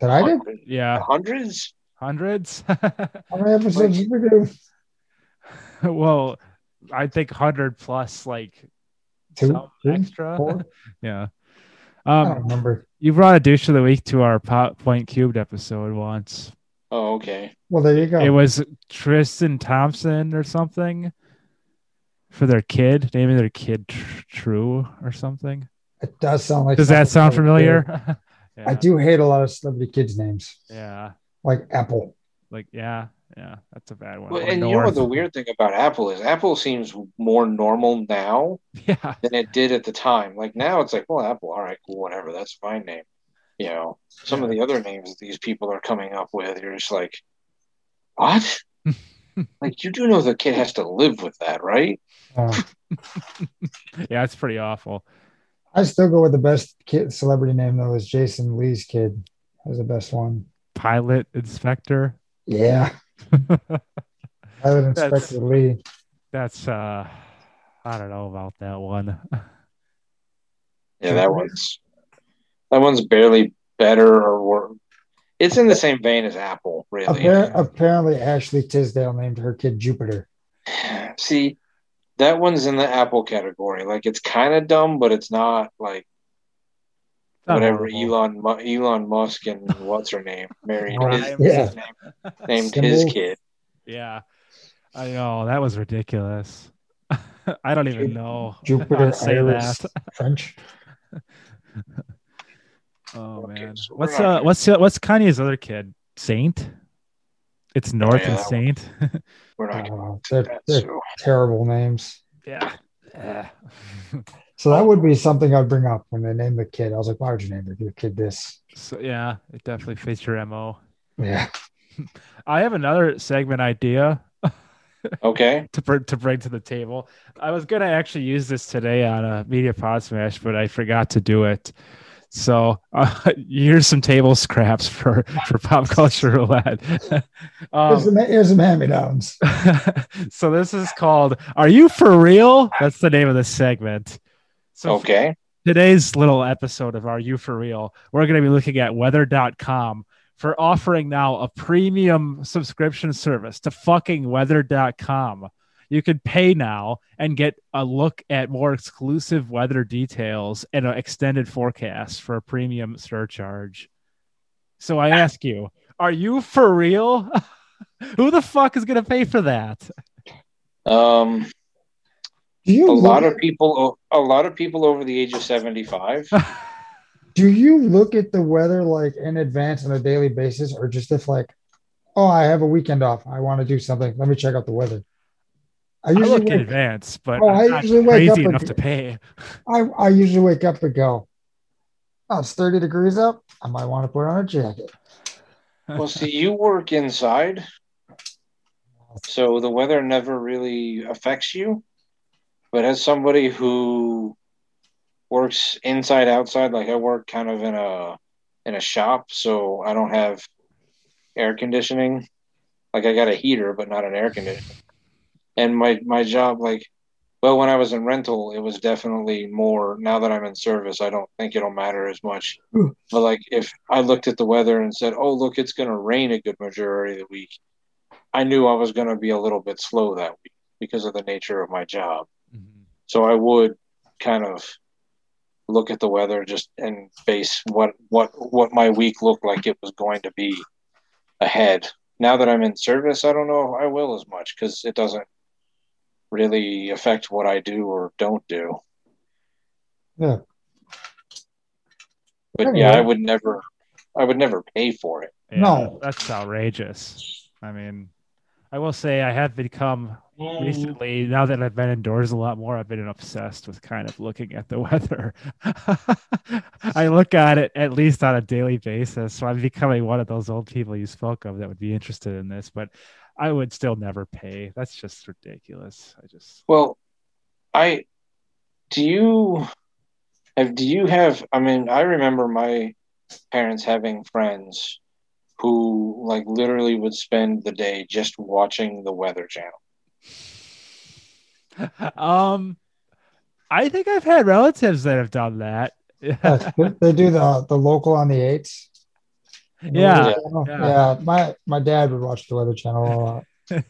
Speaker 2: That I did.
Speaker 3: Yeah.
Speaker 1: Hundreds?
Speaker 3: Hundreds? [LAUGHS]
Speaker 2: How many episodes did we do?
Speaker 3: well, I think 100 plus like
Speaker 2: Two,
Speaker 3: some
Speaker 2: three,
Speaker 3: extra.
Speaker 2: four. Oh.
Speaker 3: Yeah.
Speaker 2: I don't
Speaker 3: Um,
Speaker 2: remember.
Speaker 3: you brought a douche of the week to our Pop Point Cubed episode once.
Speaker 1: Oh, okay.
Speaker 2: Well, there you go.
Speaker 3: It was Tristan Thompson or something for their kid, naming their kid tr- True or something.
Speaker 2: It does sound like.
Speaker 3: Does that
Speaker 2: something
Speaker 3: sound
Speaker 2: I did.
Speaker 3: familiar? [LAUGHS] yeah.
Speaker 2: I do hate a lot of celebrity kids' names,
Speaker 3: Yeah.
Speaker 2: like Apple.
Speaker 3: Like, yeah. Yeah. That's a bad one.
Speaker 1: Well,
Speaker 3: Or
Speaker 1: and you know what the
Speaker 3: North.
Speaker 1: weird thing about Apple is? Apple seems more normal now
Speaker 3: [LAUGHS] Yeah.
Speaker 1: than it did at the time. Like now, it's like, well, Apple, all right, cool, whatever, that's a fine name. You know, some of the other names that these people are coming up with, you're just like, [LAUGHS] what? like you do know the kid has to live with that, right?
Speaker 2: Uh,
Speaker 3: Yeah. It's pretty awful.
Speaker 2: I still go with the best kid celebrity name though is Jason Lee's kid. That was the best one.
Speaker 3: Pilot Inspector. [LAUGHS]
Speaker 2: Yeah, Pilot
Speaker 3: That's-
Speaker 2: Inspector Lee.
Speaker 3: That's, uh, I don't know about that one. [LAUGHS]
Speaker 1: Yeah, that one's that one's barely better or worse. It's in the same vein as Apple, really.
Speaker 2: Appar- apparently, Ashley Tisdale named her kid Jupiter.
Speaker 1: See, that one's in the Apple category. Like it's kind of dumb, but it's not like
Speaker 3: Not
Speaker 1: whatever
Speaker 3: horrible.
Speaker 1: Elon Mu- Elon Musk
Speaker 3: [LAUGHS]
Speaker 1: and what's her name married his,
Speaker 3: Right.
Speaker 2: Yeah.
Speaker 1: name, named his
Speaker 2: Symbol.
Speaker 1: kid.
Speaker 3: Yeah. I know. That was ridiculous. [LAUGHS] I don't even
Speaker 2: Ju-
Speaker 3: know. how to
Speaker 2: Jupiter
Speaker 3: [LAUGHS] say
Speaker 2: Iris
Speaker 3: that.
Speaker 2: French.
Speaker 3: Oh
Speaker 1: Okay,
Speaker 3: man.
Speaker 1: so we're
Speaker 3: what's
Speaker 1: not
Speaker 3: uh
Speaker 1: gonna-
Speaker 3: what's uh, what's Kanye's other kid? Saint? It's North
Speaker 1: yeah, that
Speaker 3: and
Speaker 1: one.
Speaker 3: Saint. [LAUGHS]
Speaker 1: We're not gonna
Speaker 2: Uh,
Speaker 1: do
Speaker 2: they're,
Speaker 1: that.
Speaker 2: they're
Speaker 1: So,
Speaker 2: terrible names.
Speaker 3: yeah. Yeah. [LAUGHS]
Speaker 2: So that would be something I'd bring up when they name the kid. I was like, why would you name your kid this?
Speaker 3: so yeah, it definitely fits your MO.
Speaker 2: Yeah.
Speaker 3: I have another segment idea
Speaker 1: okay,
Speaker 3: to br- to bring to the table. I was gonna actually use this today on a media pod smash, but I forgot to do it. So uh, [LAUGHS] here's some table scraps for for pop culture roulette. [LAUGHS]
Speaker 2: Here's,
Speaker 3: um, [LAUGHS]
Speaker 2: the, ma- here's the hand me downs.
Speaker 3: so this is called "Are You for Real?" That's the name of this segment. So for
Speaker 1: okay.
Speaker 3: today's little episode of Are You for Real, we're going to be looking at Weather.com for offering now a premium subscription service to fucking Weather.com. You can pay now and get a look at more exclusive weather details and an extended forecast for a premium surcharge. So I ask you, are you for real? [LAUGHS] Who the fuck is going to pay for that?
Speaker 1: Um, a
Speaker 2: Do you
Speaker 1: lot
Speaker 2: look-
Speaker 1: of people, a lot of people over the age of seventy-five.
Speaker 2: do you look at the weather like in advance on a daily basis, or just if like, oh, I have a weekend off, I want to do something. Let me check out the weather. I
Speaker 3: I
Speaker 2: usually
Speaker 3: look in
Speaker 2: wake,
Speaker 3: advance, but
Speaker 2: Oh,
Speaker 3: I'm
Speaker 2: I
Speaker 3: not
Speaker 2: usually wake up
Speaker 3: crazy
Speaker 2: and-
Speaker 3: enough to pay.
Speaker 2: I, I usually wake up and go, oh, it's thirty degrees up. I might want to put on a jacket.
Speaker 1: well, see, you work inside, so the weather never really affects you. But as somebody who works inside outside, like I work kind of in a in a shop, so I don't have air conditioning. Like I got a heater, but not an air conditioner. And my my job, like, well, when I was in rental, it was definitely more. Now that I'm in service, I don't think it'll matter as much. But like if I looked at the weather and said, "Oh, look, it's going to rain a good majority of the week," I knew I was going to be a little bit slow that week because of the nature of my job.
Speaker 3: Mhm.
Speaker 1: So I would kind of look at the weather just and base what what what my week looked like it was going to be ahead. Now that I'm in service, I don't know if I will as much because it doesn't really affect what I do or don't do.
Speaker 2: Yeah.
Speaker 1: But yeah, I
Speaker 2: Anyway.
Speaker 1: would never, I would never pay for it.
Speaker 3: Yeah,
Speaker 2: No.
Speaker 3: that's outrageous. I mean, I will say I have become recently now that i've been indoors a lot more i've been obsessed with kind of looking at the [LAUGHS] weather i look at it at least on a daily basis so i'm becoming one of those old people you spoke of that would be interested in this but i would still never pay that's just ridiculous i just [LAUGHS]
Speaker 1: Well, I do you have do you have I mean I remember my parents having friends who like literally would spend the day just watching the weather channel.
Speaker 3: um i think i've had relatives that have done that [LAUGHS]
Speaker 2: Yeah, they- they do the the local on the eights. The
Speaker 3: Yeah,
Speaker 2: Weather Channel.
Speaker 3: yeah.
Speaker 2: yeah. My my dad would watch the Weather Channel a lot.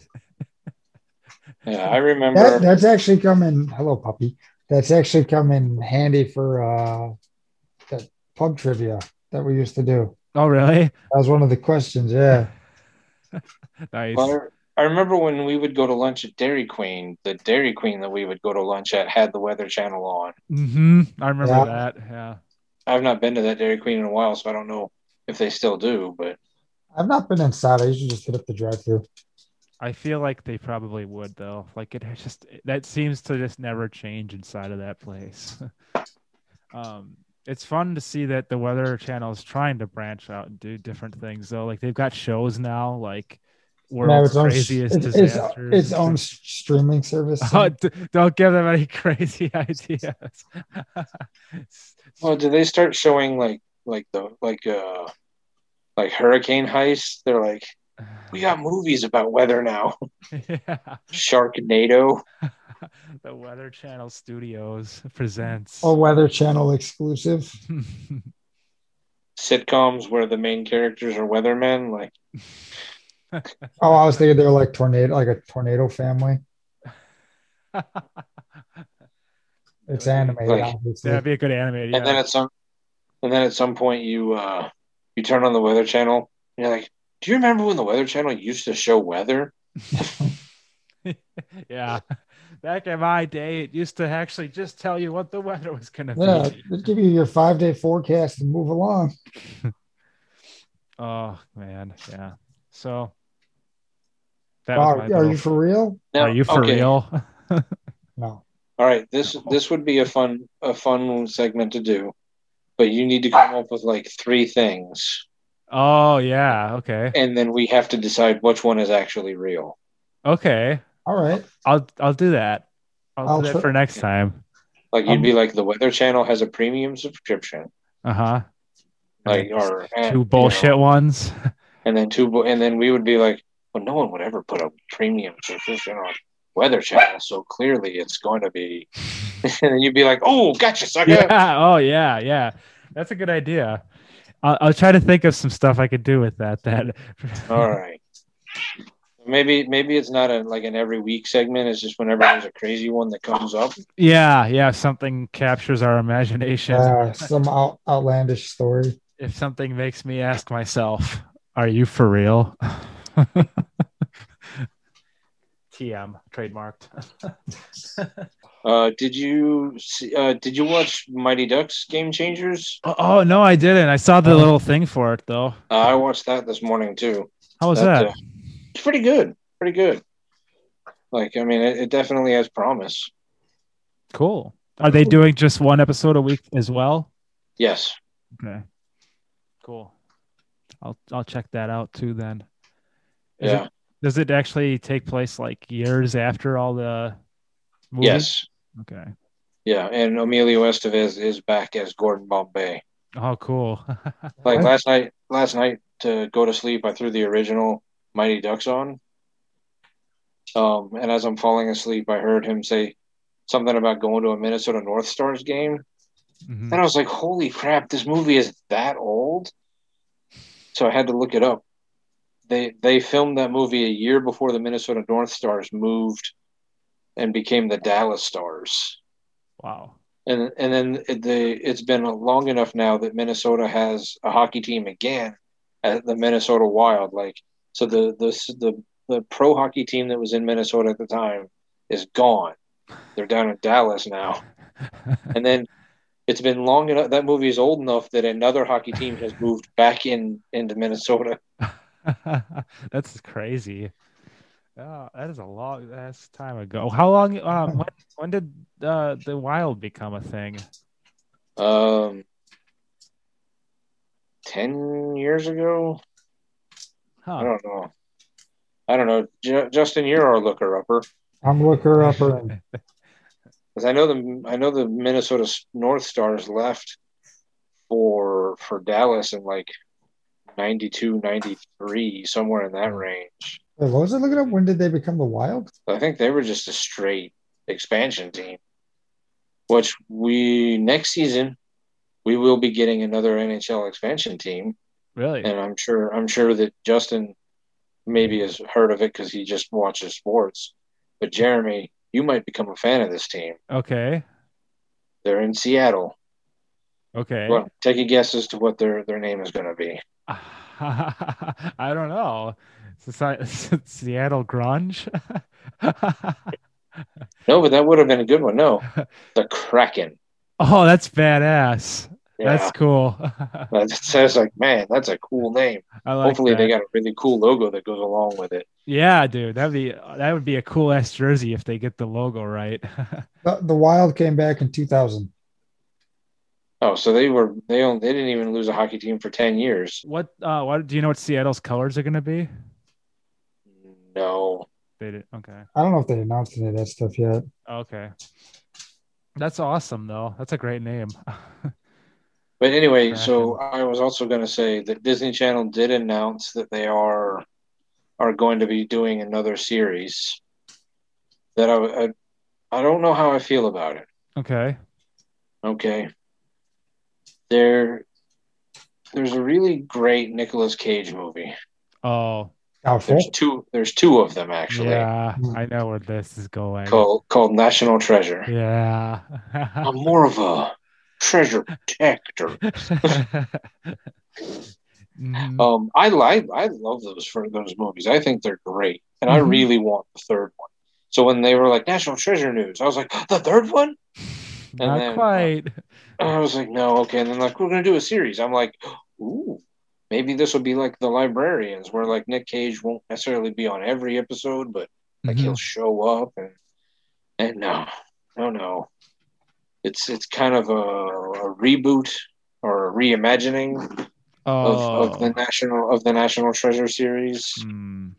Speaker 1: Yeah, I remember
Speaker 2: That, that's actually come in. Hello, puppy. That's actually come in handy for uh, that pub trivia that we used to do.
Speaker 3: oh really
Speaker 2: That was one of the questions. Yeah.
Speaker 3: nice
Speaker 1: Well, I I remember when we would go to lunch at Dairy Queen, the Dairy Queen that we would go to lunch at had the weather channel on.
Speaker 3: hmm i remember
Speaker 2: Yeah.
Speaker 3: that yeah
Speaker 1: I've not been to that Dairy Queen in a while, so I don't know if they still do, but
Speaker 2: I've not been inside. I usually just hit up the drive through.
Speaker 3: I feel like they probably would though. Like it has just that seems to just never change inside of that place. [LAUGHS] um it's fun to see that the weather channel is trying to branch out and do different things though. Like they've got shows now like world's craziest
Speaker 2: it's, it's,
Speaker 3: disasters.
Speaker 2: its
Speaker 3: and [LAUGHS]
Speaker 2: own
Speaker 3: things.
Speaker 2: s- streaming service.
Speaker 3: [LAUGHS] Oh, d- don't give them any [LAUGHS] crazy ideas.
Speaker 1: Well, Oh, do they start showing like like the like uh like hurricane heists? They're like, we got movies about weather now.
Speaker 3: [LAUGHS]
Speaker 1: [LAUGHS]
Speaker 3: yeah.
Speaker 1: Sharknado.
Speaker 3: the Weather Channel Studios presents. [LAUGHS]
Speaker 2: A Weather Channel exclusive.
Speaker 1: Sitcoms where the main characters are weathermen, like
Speaker 2: Oh, I was thinking they were like tornado, like a tornado family.
Speaker 3: [LAUGHS]
Speaker 2: It's
Speaker 3: Like-
Speaker 2: animated,
Speaker 1: like-
Speaker 2: obviously.
Speaker 3: That'd be a good animated.
Speaker 1: and then
Speaker 3: yeah.
Speaker 1: at some and then at some point you uh you turn on the weather channel and you're like, Do you remember when the weather channel used to show weather?
Speaker 3: yeah. [LAUGHS] Back in my day, it used to actually just tell you what the weather was going to
Speaker 2: yeah,
Speaker 3: be.
Speaker 2: it'd give you your five day forecast and move along.
Speaker 3: Oh, man. Yeah. So that
Speaker 2: Wow,
Speaker 3: was my
Speaker 2: are
Speaker 3: little-
Speaker 2: you for real?
Speaker 1: Now-
Speaker 3: Are you for
Speaker 1: okay,
Speaker 3: real? [LAUGHS]
Speaker 2: No.
Speaker 1: All right, this this would be a fun a fun segment to do. But you need to come up with like three things
Speaker 3: oh, yeah. Okay.
Speaker 1: and then we have to decide which one is actually real.
Speaker 3: Okay.
Speaker 2: All right.
Speaker 3: I'll I'll do that. I'll,
Speaker 2: I'll
Speaker 3: do that
Speaker 2: tr-
Speaker 3: for next time.
Speaker 1: Like you'd
Speaker 2: Um,
Speaker 1: be like the Weather Channel has a premium subscription,
Speaker 3: Uh huh.
Speaker 1: like or eh, you
Speaker 3: two
Speaker 1: know,
Speaker 3: bullshit ones. [LAUGHS]
Speaker 1: and then two, bu- and then we would be like, well, no one would ever put a premium subscription on Weather Channel, so clearly it's going to be. [LAUGHS] and then you'd be like, oh, gotcha, sucker.
Speaker 3: yeah. Oh, yeah. Yeah. That's a good idea. I'll, I'll try to think of some stuff I could do with that. Then. [LAUGHS]
Speaker 1: All right. Maybe maybe it's not a like an every week segment. It's just whenever there's a crazy one that comes up.
Speaker 3: Yeah, yeah. if Something captures our imagination.
Speaker 2: Uh, some out, outlandish story.
Speaker 3: if something makes me ask myself, "Are you for [LAUGHS] real?" TM trademarked.
Speaker 1: Uh, did you see, uh, did you watch Mighty Ducks Game Changers?
Speaker 3: Oh, oh, no, I didn't. I saw
Speaker 1: Oh.
Speaker 3: the little thing for it though.
Speaker 1: Uh, I watched that this morning too.
Speaker 3: How was
Speaker 1: That's
Speaker 3: that?
Speaker 1: a- uh, it's pretty good. Pretty good. Like, I mean, it, it definitely has promise.
Speaker 3: Cool. Are they doing just one episode a week as well?
Speaker 1: Yes.
Speaker 3: Okay. Cool. I'll I'll check that out too then. Is
Speaker 1: Yeah.
Speaker 3: It, does it actually take place like years after all the movies?
Speaker 1: Yes.
Speaker 3: Okay.
Speaker 1: Yeah. And Emilio Estevez is back as Gordon Bombay.
Speaker 3: Oh, cool. [LAUGHS]
Speaker 1: Like
Speaker 2: What?
Speaker 1: last night, last night to go to sleep, I threw the original Mighty Ducks on. Um, and as I'm falling asleep, I heard him say something about going to a Minnesota North Stars game.
Speaker 3: Mhm.
Speaker 1: And I was like, holy crap, this movie is that old. So I had to look it up. They they filmed that movie a year before the Minnesota North Stars moved and became the Dallas Stars.
Speaker 3: Wow. [LAUGHS]
Speaker 1: And and then it, the it's been long enough now that Minnesota has a hockey team again at the Minnesota Wild. Like so the the the, the pro hockey team that was in Minnesota at the time is gone. They're down in Dallas now. And then it's been long enough. That movie is old enough that another hockey team has moved back in into Minnesota.
Speaker 3: That's crazy. Oh, that is a long that's time ago. How
Speaker 1: [LAUGHS]
Speaker 3: long? Uh, when, when did uh, the Wild become a thing?
Speaker 1: Um, ten years ago. I
Speaker 3: Huh.
Speaker 1: don't know. I don't know. J- Justin, you're our looker upper
Speaker 2: I'm looker upper. and
Speaker 1: because I know the I know the Minnesota S- North Stars left for for Dallas in like 92, 93, somewhere in that range.
Speaker 2: Wait, what was it looking up? When did they become the Wild?
Speaker 1: I think they were just a straight expansion team, which we next season we will be getting another NHL expansion team,
Speaker 3: Really?
Speaker 1: and I'm sure I'm sure that Justin maybe has heard of it because he just watches sports. But Jeremy, you might become a fan of this team.
Speaker 3: Okay.
Speaker 1: They're in Seattle.
Speaker 3: Okay.
Speaker 1: Well, take a guess as to what their their name is going to be.
Speaker 3: [LAUGHS] I don't know. Soci- [LAUGHS] Seattle grunge. [LAUGHS]
Speaker 1: No, but that would have been a good one.
Speaker 3: [LAUGHS]
Speaker 1: No, the Kraken.
Speaker 3: oh, that's badass.
Speaker 1: Yeah,
Speaker 3: That's cool. [LAUGHS]
Speaker 1: that says like, man, that's a cool name.
Speaker 3: I like
Speaker 1: Hopefully,
Speaker 3: that.
Speaker 1: they got a really cool logo that goes along with it.
Speaker 3: Yeah, dude, that'd be that would be a cool ass jersey if they get the logo right. [LAUGHS]
Speaker 2: The, the Wild came back in 2000.
Speaker 1: Oh, so they were they only, they didn't even lose a hockey team for ten years.
Speaker 3: what uh what do you know what Seattle's colors are gonna be?
Speaker 1: No,
Speaker 3: They did okay.
Speaker 2: I don't know if they announced any of that stuff yet.
Speaker 3: Okay. That's awesome though. That's a great name. [LAUGHS]
Speaker 1: but anyway, so I was also going to say that Disney Channel did announce that they are are going to be doing another series. That I I, I don't know how I feel about it.
Speaker 3: okay.
Speaker 1: Okay. There there's a really great Nicolas Cage movie.
Speaker 3: Oh
Speaker 2: Doubtful.
Speaker 1: There's two there's two of them actually hmm.
Speaker 3: yeah, I know where this is going.
Speaker 1: called called National Treasure.
Speaker 3: Yeah.
Speaker 1: [LAUGHS] I'm more of a treasure protector.
Speaker 3: [LAUGHS] Mm,
Speaker 1: Um I like I love those for those movies. I think they're great. And I
Speaker 3: Mhm.
Speaker 1: really want the third one. So when they were like National Treasure News, I was like, the third one?
Speaker 3: not
Speaker 1: then, uh,
Speaker 3: quite.
Speaker 1: And I was like, no, okay. And then like, we're gonna do a series. I'm like, ooh, maybe this will be like the librarians, where like Nick Cage won't necessarily be on every episode, but like
Speaker 3: Mhm.
Speaker 1: he'll show up and and no, no, no. It's it's kind of a, a reboot or a reimagining of,
Speaker 3: oh.
Speaker 1: of the national of the National Treasure series.
Speaker 3: Mm,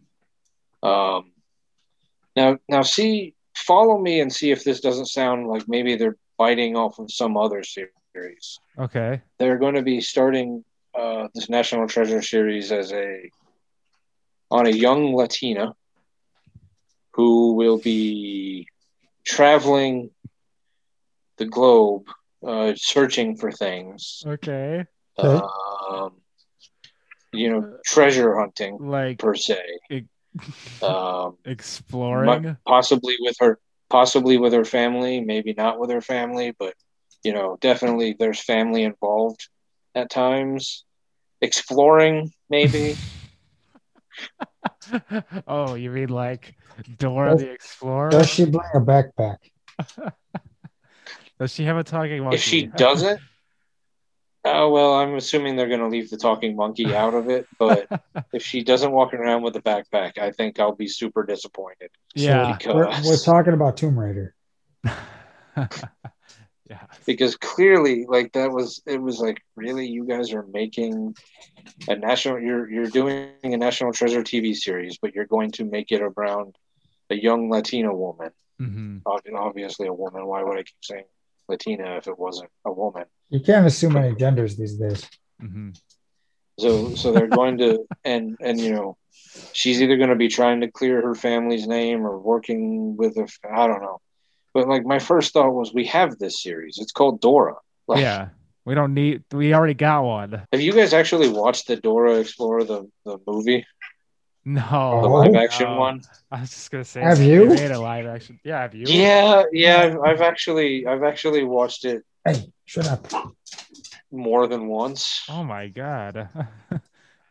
Speaker 1: Um, now, now, see, follow me and see if this doesn't sound like maybe they're biting off of some other series
Speaker 3: okay.
Speaker 1: they're going to be starting uh, this National Treasure series as a on a young Latina who will be traveling the globe, uh, searching for things,
Speaker 3: Okay.
Speaker 2: Okay.
Speaker 1: um, you know, treasure hunting
Speaker 3: Like
Speaker 1: per se, um,
Speaker 3: exploring.
Speaker 1: possibly with her, possibly with her family, maybe not with her family, but you know, definitely there's family involved at times. Exploring,
Speaker 3: [LAUGHS]
Speaker 1: maybe.
Speaker 3: oh, you mean like
Speaker 1: Oh.
Speaker 3: Dora
Speaker 2: Does-
Speaker 3: the Explorer?
Speaker 2: Does she bring a backpack?
Speaker 3: Does she have a talking monkey?
Speaker 1: if she doesn't, oh well, I'm assuming they're going to leave the talking monkey out of it.
Speaker 3: [LAUGHS]
Speaker 1: But if she doesn't walk around with a backpack, I think I'll be super disappointed.
Speaker 3: yeah,
Speaker 1: Because
Speaker 2: We're, we're talking about Tomb Raider.
Speaker 3: [LAUGHS] yeah,
Speaker 1: because clearly like that was it was like really you guys are making a national you're you're doing a national treasure tv series but you're going to make it around a young latina woman
Speaker 3: hmm
Speaker 1: Ob- obviously a woman why would i keep saying latina if it wasn't a woman
Speaker 2: You can't assume any genders these days.
Speaker 3: hmm
Speaker 1: so so they're going to and and you know she's either going to be trying to clear her family's name or working with a f- i don't know but like my first thought was we have this series it's called dora like,
Speaker 3: yeah. We don't need. We already got one.
Speaker 1: Have you guys actually watched the Dora Explorer the, the movie,
Speaker 3: No,
Speaker 1: the
Speaker 2: Oh,
Speaker 1: live action
Speaker 3: no.
Speaker 1: one?
Speaker 3: I was just gonna say.
Speaker 2: Have
Speaker 3: they
Speaker 2: you?
Speaker 3: made a live action? Yeah, have you?
Speaker 1: Yeah, yeah. I've, I've actually I've actually watched it
Speaker 2: Hey, shut
Speaker 3: [LAUGHS]
Speaker 2: up.
Speaker 1: more than once.
Speaker 3: Oh my god. [LAUGHS]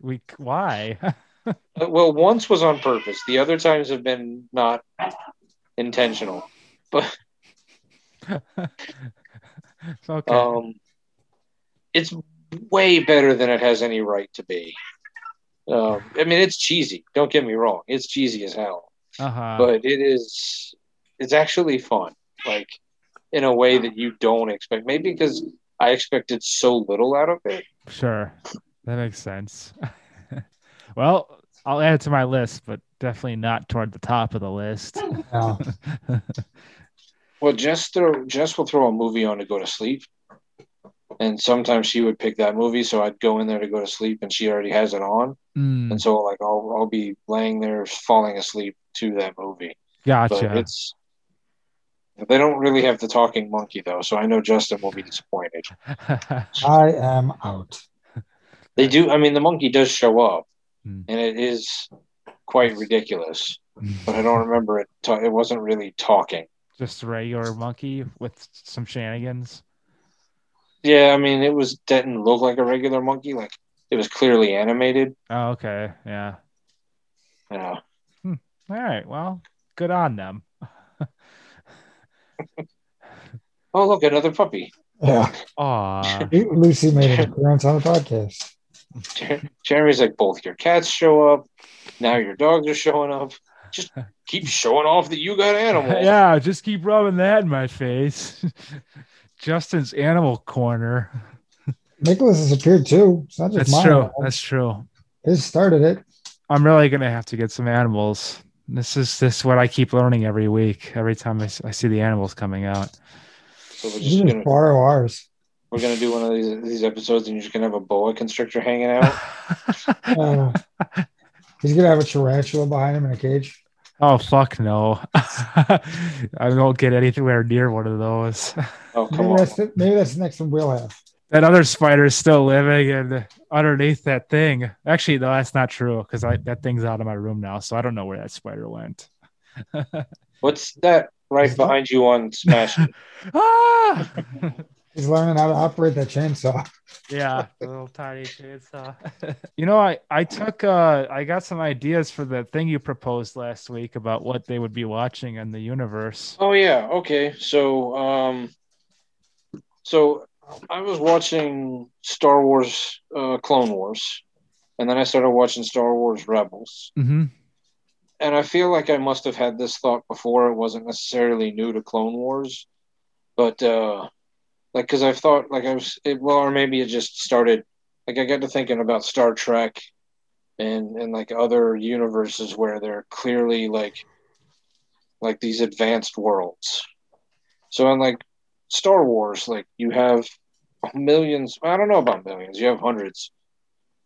Speaker 3: we why? [LAUGHS]
Speaker 1: Uh, Well, once was on purpose. The other times have been not intentional.
Speaker 3: it's okay.
Speaker 1: Um, it's way better than it has any right to be. Um, I mean, it's cheesy. Don't get me wrong. It's cheesy as hell.
Speaker 3: Uh-huh.
Speaker 1: but it is it's actually fun like in a way that you don't expect maybe because i expected so little out of it
Speaker 3: Sure. That makes sense. [LAUGHS] well, I'll add it to my list, but definitely not toward the top of the list. [LAUGHS]
Speaker 2: Yeah.
Speaker 1: well jess throw, jess will throw a movie on to go to sleep and sometimes she would pick that movie so i'd go in there to go to sleep and she already has it on
Speaker 3: Mm,
Speaker 1: and so like i'll, I'll be laying there falling asleep to that movie but
Speaker 3: gotcha.
Speaker 1: it's they don't really have the talking monkey though so i know justin will be disappointed
Speaker 2: I am out.
Speaker 1: They do. I mean, the monkey does show up,
Speaker 3: Hmm.
Speaker 1: and it is quite ridiculous. But I don't remember it. Ta- it wasn't really talking.
Speaker 3: [LAUGHS] Just a regular monkey with some shenanigans.
Speaker 1: Yeah, I mean, it was didn't look like a regular monkey. Like it was clearly animated. Uh,
Speaker 3: Oh, okay. Yeah.
Speaker 1: You know,
Speaker 3: All right. Well, good on them.
Speaker 1: oh look, another puppy.
Speaker 2: Yeah.
Speaker 3: [LAUGHS] Aw.
Speaker 2: Lucy
Speaker 1: [LAUGHS]
Speaker 2: made an appearance on the podcast.
Speaker 1: Jer- Jeremy's like, both your cats show up. Now your dogs are showing up. Just keep showing off that you got animals.
Speaker 3: [LAUGHS] yeah, just keep rubbing that in my face. [LAUGHS] Justin's animal corner.
Speaker 2: Nicholas has appeared too. It's not just
Speaker 3: That's
Speaker 2: mine.
Speaker 3: true. That's true.
Speaker 2: His started it.
Speaker 3: I'm really gonna have to get some animals. This is this is what I keep learning every week. Every time I, s- I see the animals coming out,
Speaker 1: So we're
Speaker 2: You
Speaker 1: just
Speaker 2: just
Speaker 1: gonna
Speaker 2: borrow ours.
Speaker 1: [LAUGHS] we're gonna do one of these these episodes, and you're just gonna have a boa constrictor hanging out.
Speaker 2: Uh, he's gonna have a tarantula behind him in a cage.
Speaker 3: oh fuck no! [LAUGHS] I don't get anywhere near one of those.
Speaker 1: Oh
Speaker 2: Maybe
Speaker 1: come
Speaker 2: [LAUGHS]
Speaker 1: on!
Speaker 2: that's the, maybe that's the next one we'll have.
Speaker 3: That other spider is still living and underneath that thing. Actually, no, that's not true because that thing's out of my room now, so I don't know where that spider went.
Speaker 1: What's that right
Speaker 2: Is that-
Speaker 1: behind you on Smash?
Speaker 3: ah!
Speaker 2: He's learning how to operate that chainsaw.
Speaker 3: [LAUGHS]
Speaker 2: [LAUGHS]
Speaker 3: yeah, the little tiny [LAUGHS] chainsaw. you know, I I took uh I got some ideas for the thing you proposed last week about what they would be watching in the universe.
Speaker 1: Oh yeah, okay. So um so I was watching Star Wars uh Clone Wars and then I started watching Star Wars Rebels.
Speaker 3: Mm-hmm.
Speaker 1: And I feel like I must have had this thought before. It wasn't necessarily new to Clone Wars, but uh like cuz I've thought like I was it, well or maybe it just started like I got to thinking about Star Trek and and like other universes where they're clearly like like these advanced worlds. So in like Star Wars, like you have millions, I don't know about millions, you have hundreds,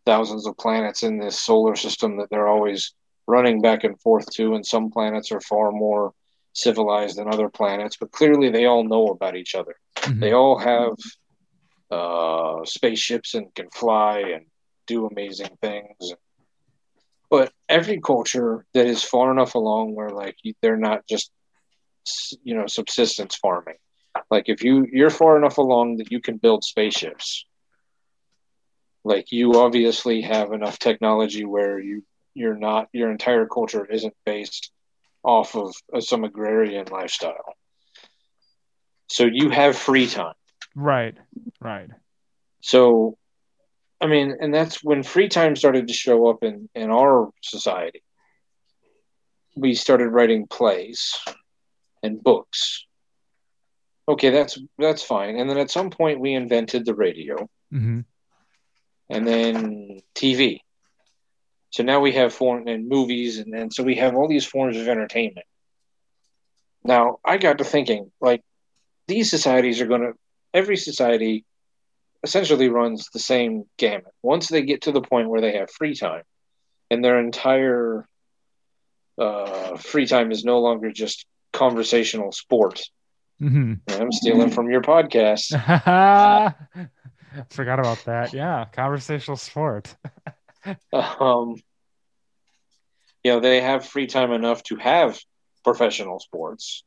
Speaker 1: thousands of planets in this solar system that they're always running back and forth to, and some planets are far more civilized than other planets, but clearly they all know about each other.
Speaker 3: mm-hmm.
Speaker 1: They all have uh, spaceships and can fly and do amazing things. But every culture that is far enough along where like you- they're not just you know subsistence farming. Like if you you're far enough along that you can build spaceships. Like you obviously have enough technology where you you're not your entire culture isn't based off of uh, some agrarian lifestyle. So you have free time.
Speaker 3: Right, right.
Speaker 1: So, I mean, and that's when free time started to show up in, in our society. We started writing plays and books. Okay, that's that's fine. And then at some point we invented the radio
Speaker 3: Mm-hmm.
Speaker 1: and then TV. So now we have form and movies, and then so we have all these forms of entertainment. Now I got to thinking, like these societies are going to every society essentially runs the same gamut. Once they get to the point where they have free time, and their entire uh, free time is no longer just conversational sport.
Speaker 3: Mm-hmm. [LAUGHS]
Speaker 1: I'm stealing from your podcast.
Speaker 3: Forgot about that. Yeah, conversational sport.
Speaker 1: um, you know they have free time enough to have professional sports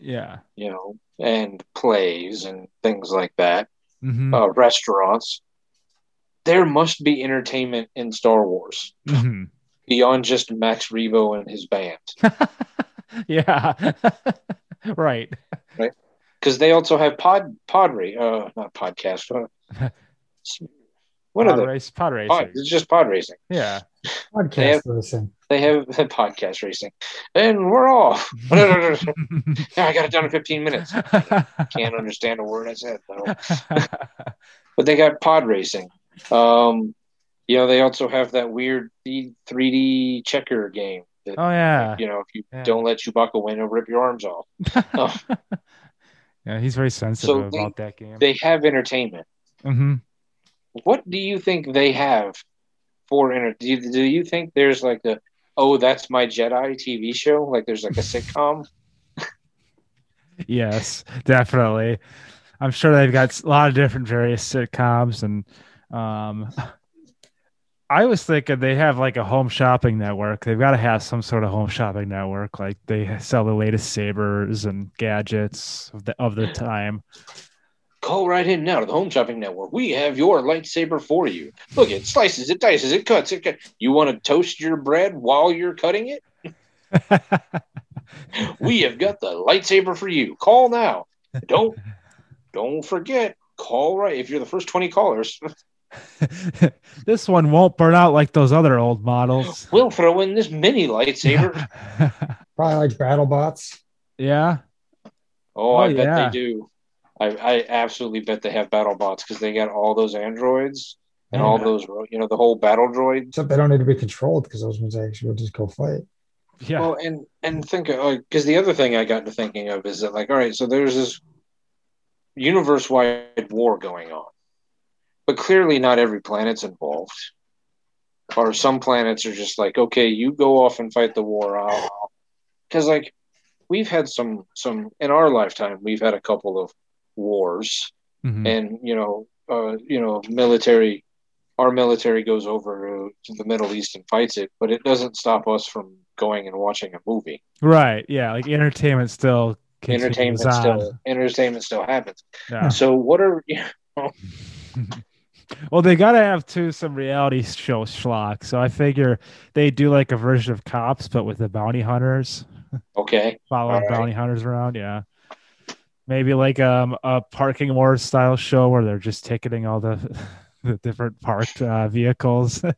Speaker 3: Yeah.
Speaker 1: you know and plays and things like that
Speaker 3: Mm-hmm.
Speaker 1: uh, restaurants there must be entertainment in star wars
Speaker 3: Mm-hmm.
Speaker 1: beyond just max rebo and his band
Speaker 3: [LAUGHS] yeah. [LAUGHS] right.
Speaker 1: because they also have pod podry uh not
Speaker 3: [LAUGHS]
Speaker 1: podcast uh, what are
Speaker 3: Pod
Speaker 1: they
Speaker 3: race. Pod racing.
Speaker 1: pod, it's just pod racing [LAUGHS]
Speaker 3: Yeah.
Speaker 1: They
Speaker 2: Podcast
Speaker 1: have-
Speaker 2: listen.
Speaker 1: They have [LAUGHS] podcast racing, and we're
Speaker 3: [LAUGHS]
Speaker 1: off. [LAUGHS] No, no, no, no. Yeah, I got it down in 15 minutes. Can't understand a word I said
Speaker 3: [LAUGHS]
Speaker 1: though. [LAUGHS] But they got pod racing. Um, you know, they also have that weird 3D checker game. That,
Speaker 3: oh yeah.
Speaker 1: You know, if you
Speaker 3: Yeah.
Speaker 1: don't let Chewbacca win, he'll rip your arms off. Oh.
Speaker 3: yeah, he's very sensitive
Speaker 1: So they-
Speaker 3: about that game.
Speaker 1: They have entertainment.
Speaker 3: hmm
Speaker 1: What do you think they have for enter? Do you, do you think there's like a oh that's my Jedi TV show? Like there's like a sitcom?
Speaker 3: Yes, definitely. I'm sure they've got a lot of different various sitcoms and um I was thinking they have like a home shopping network. They've got to have some sort of home shopping network. Like they sell the latest sabers and gadgets of the of the time. [LAUGHS]
Speaker 1: Call right in now to the Home Shopping Network. We have your lightsaber for you. Look, it slices, it dices, it cuts. It cut. You want to toast your bread while you're cutting it? We have got the lightsaber for you. Call now. Don't don't forget. Call right if you're the first twenty callers.
Speaker 3: [LAUGHS] this one won't burn out like those other old models.
Speaker 1: [GASPS] We'll throw in this mini lightsaber.
Speaker 3: [LAUGHS]
Speaker 2: Probably like BattleBots.
Speaker 3: yeah.
Speaker 1: Oh,
Speaker 3: Oh,
Speaker 1: I bet
Speaker 3: yeah.
Speaker 1: they do. I, I absolutely bet they have battle bots because they got all those androids and all
Speaker 3: Yeah.
Speaker 1: those, you know, the whole battle droid.
Speaker 2: Except they don't need to be controlled because those ones actually will just go fight.
Speaker 3: Yeah.
Speaker 1: Well, and and think because the other thing I got to thinking of is that like, all right, so there's this universe-wide war going on, but clearly not every planet's involved, or some planets are just like, okay, you go off and fight the war, I'll because like we've had some some in our lifetime we've had a couple of wars
Speaker 3: Mhm.
Speaker 1: and you know, uh, you know, military, our military goes over to the Middle East and fights it, but it doesn't stop us from going and watching a movie.
Speaker 3: Right. Yeah. Like entertainment still continues
Speaker 1: entertainment
Speaker 3: on.
Speaker 1: still, entertainment still happens.
Speaker 3: Yeah.
Speaker 1: So what are [LAUGHS]
Speaker 3: well, they gotta have too some reality show schlock. So I figure they do like a version of cops, but with the bounty hunters
Speaker 1: okay?
Speaker 3: following
Speaker 1: Alright.
Speaker 3: bounty hunters around. Yeah, maybe like um a parking war style show where they're just ticketing all the [LAUGHS] the different parked uh, vehicles. [LAUGHS]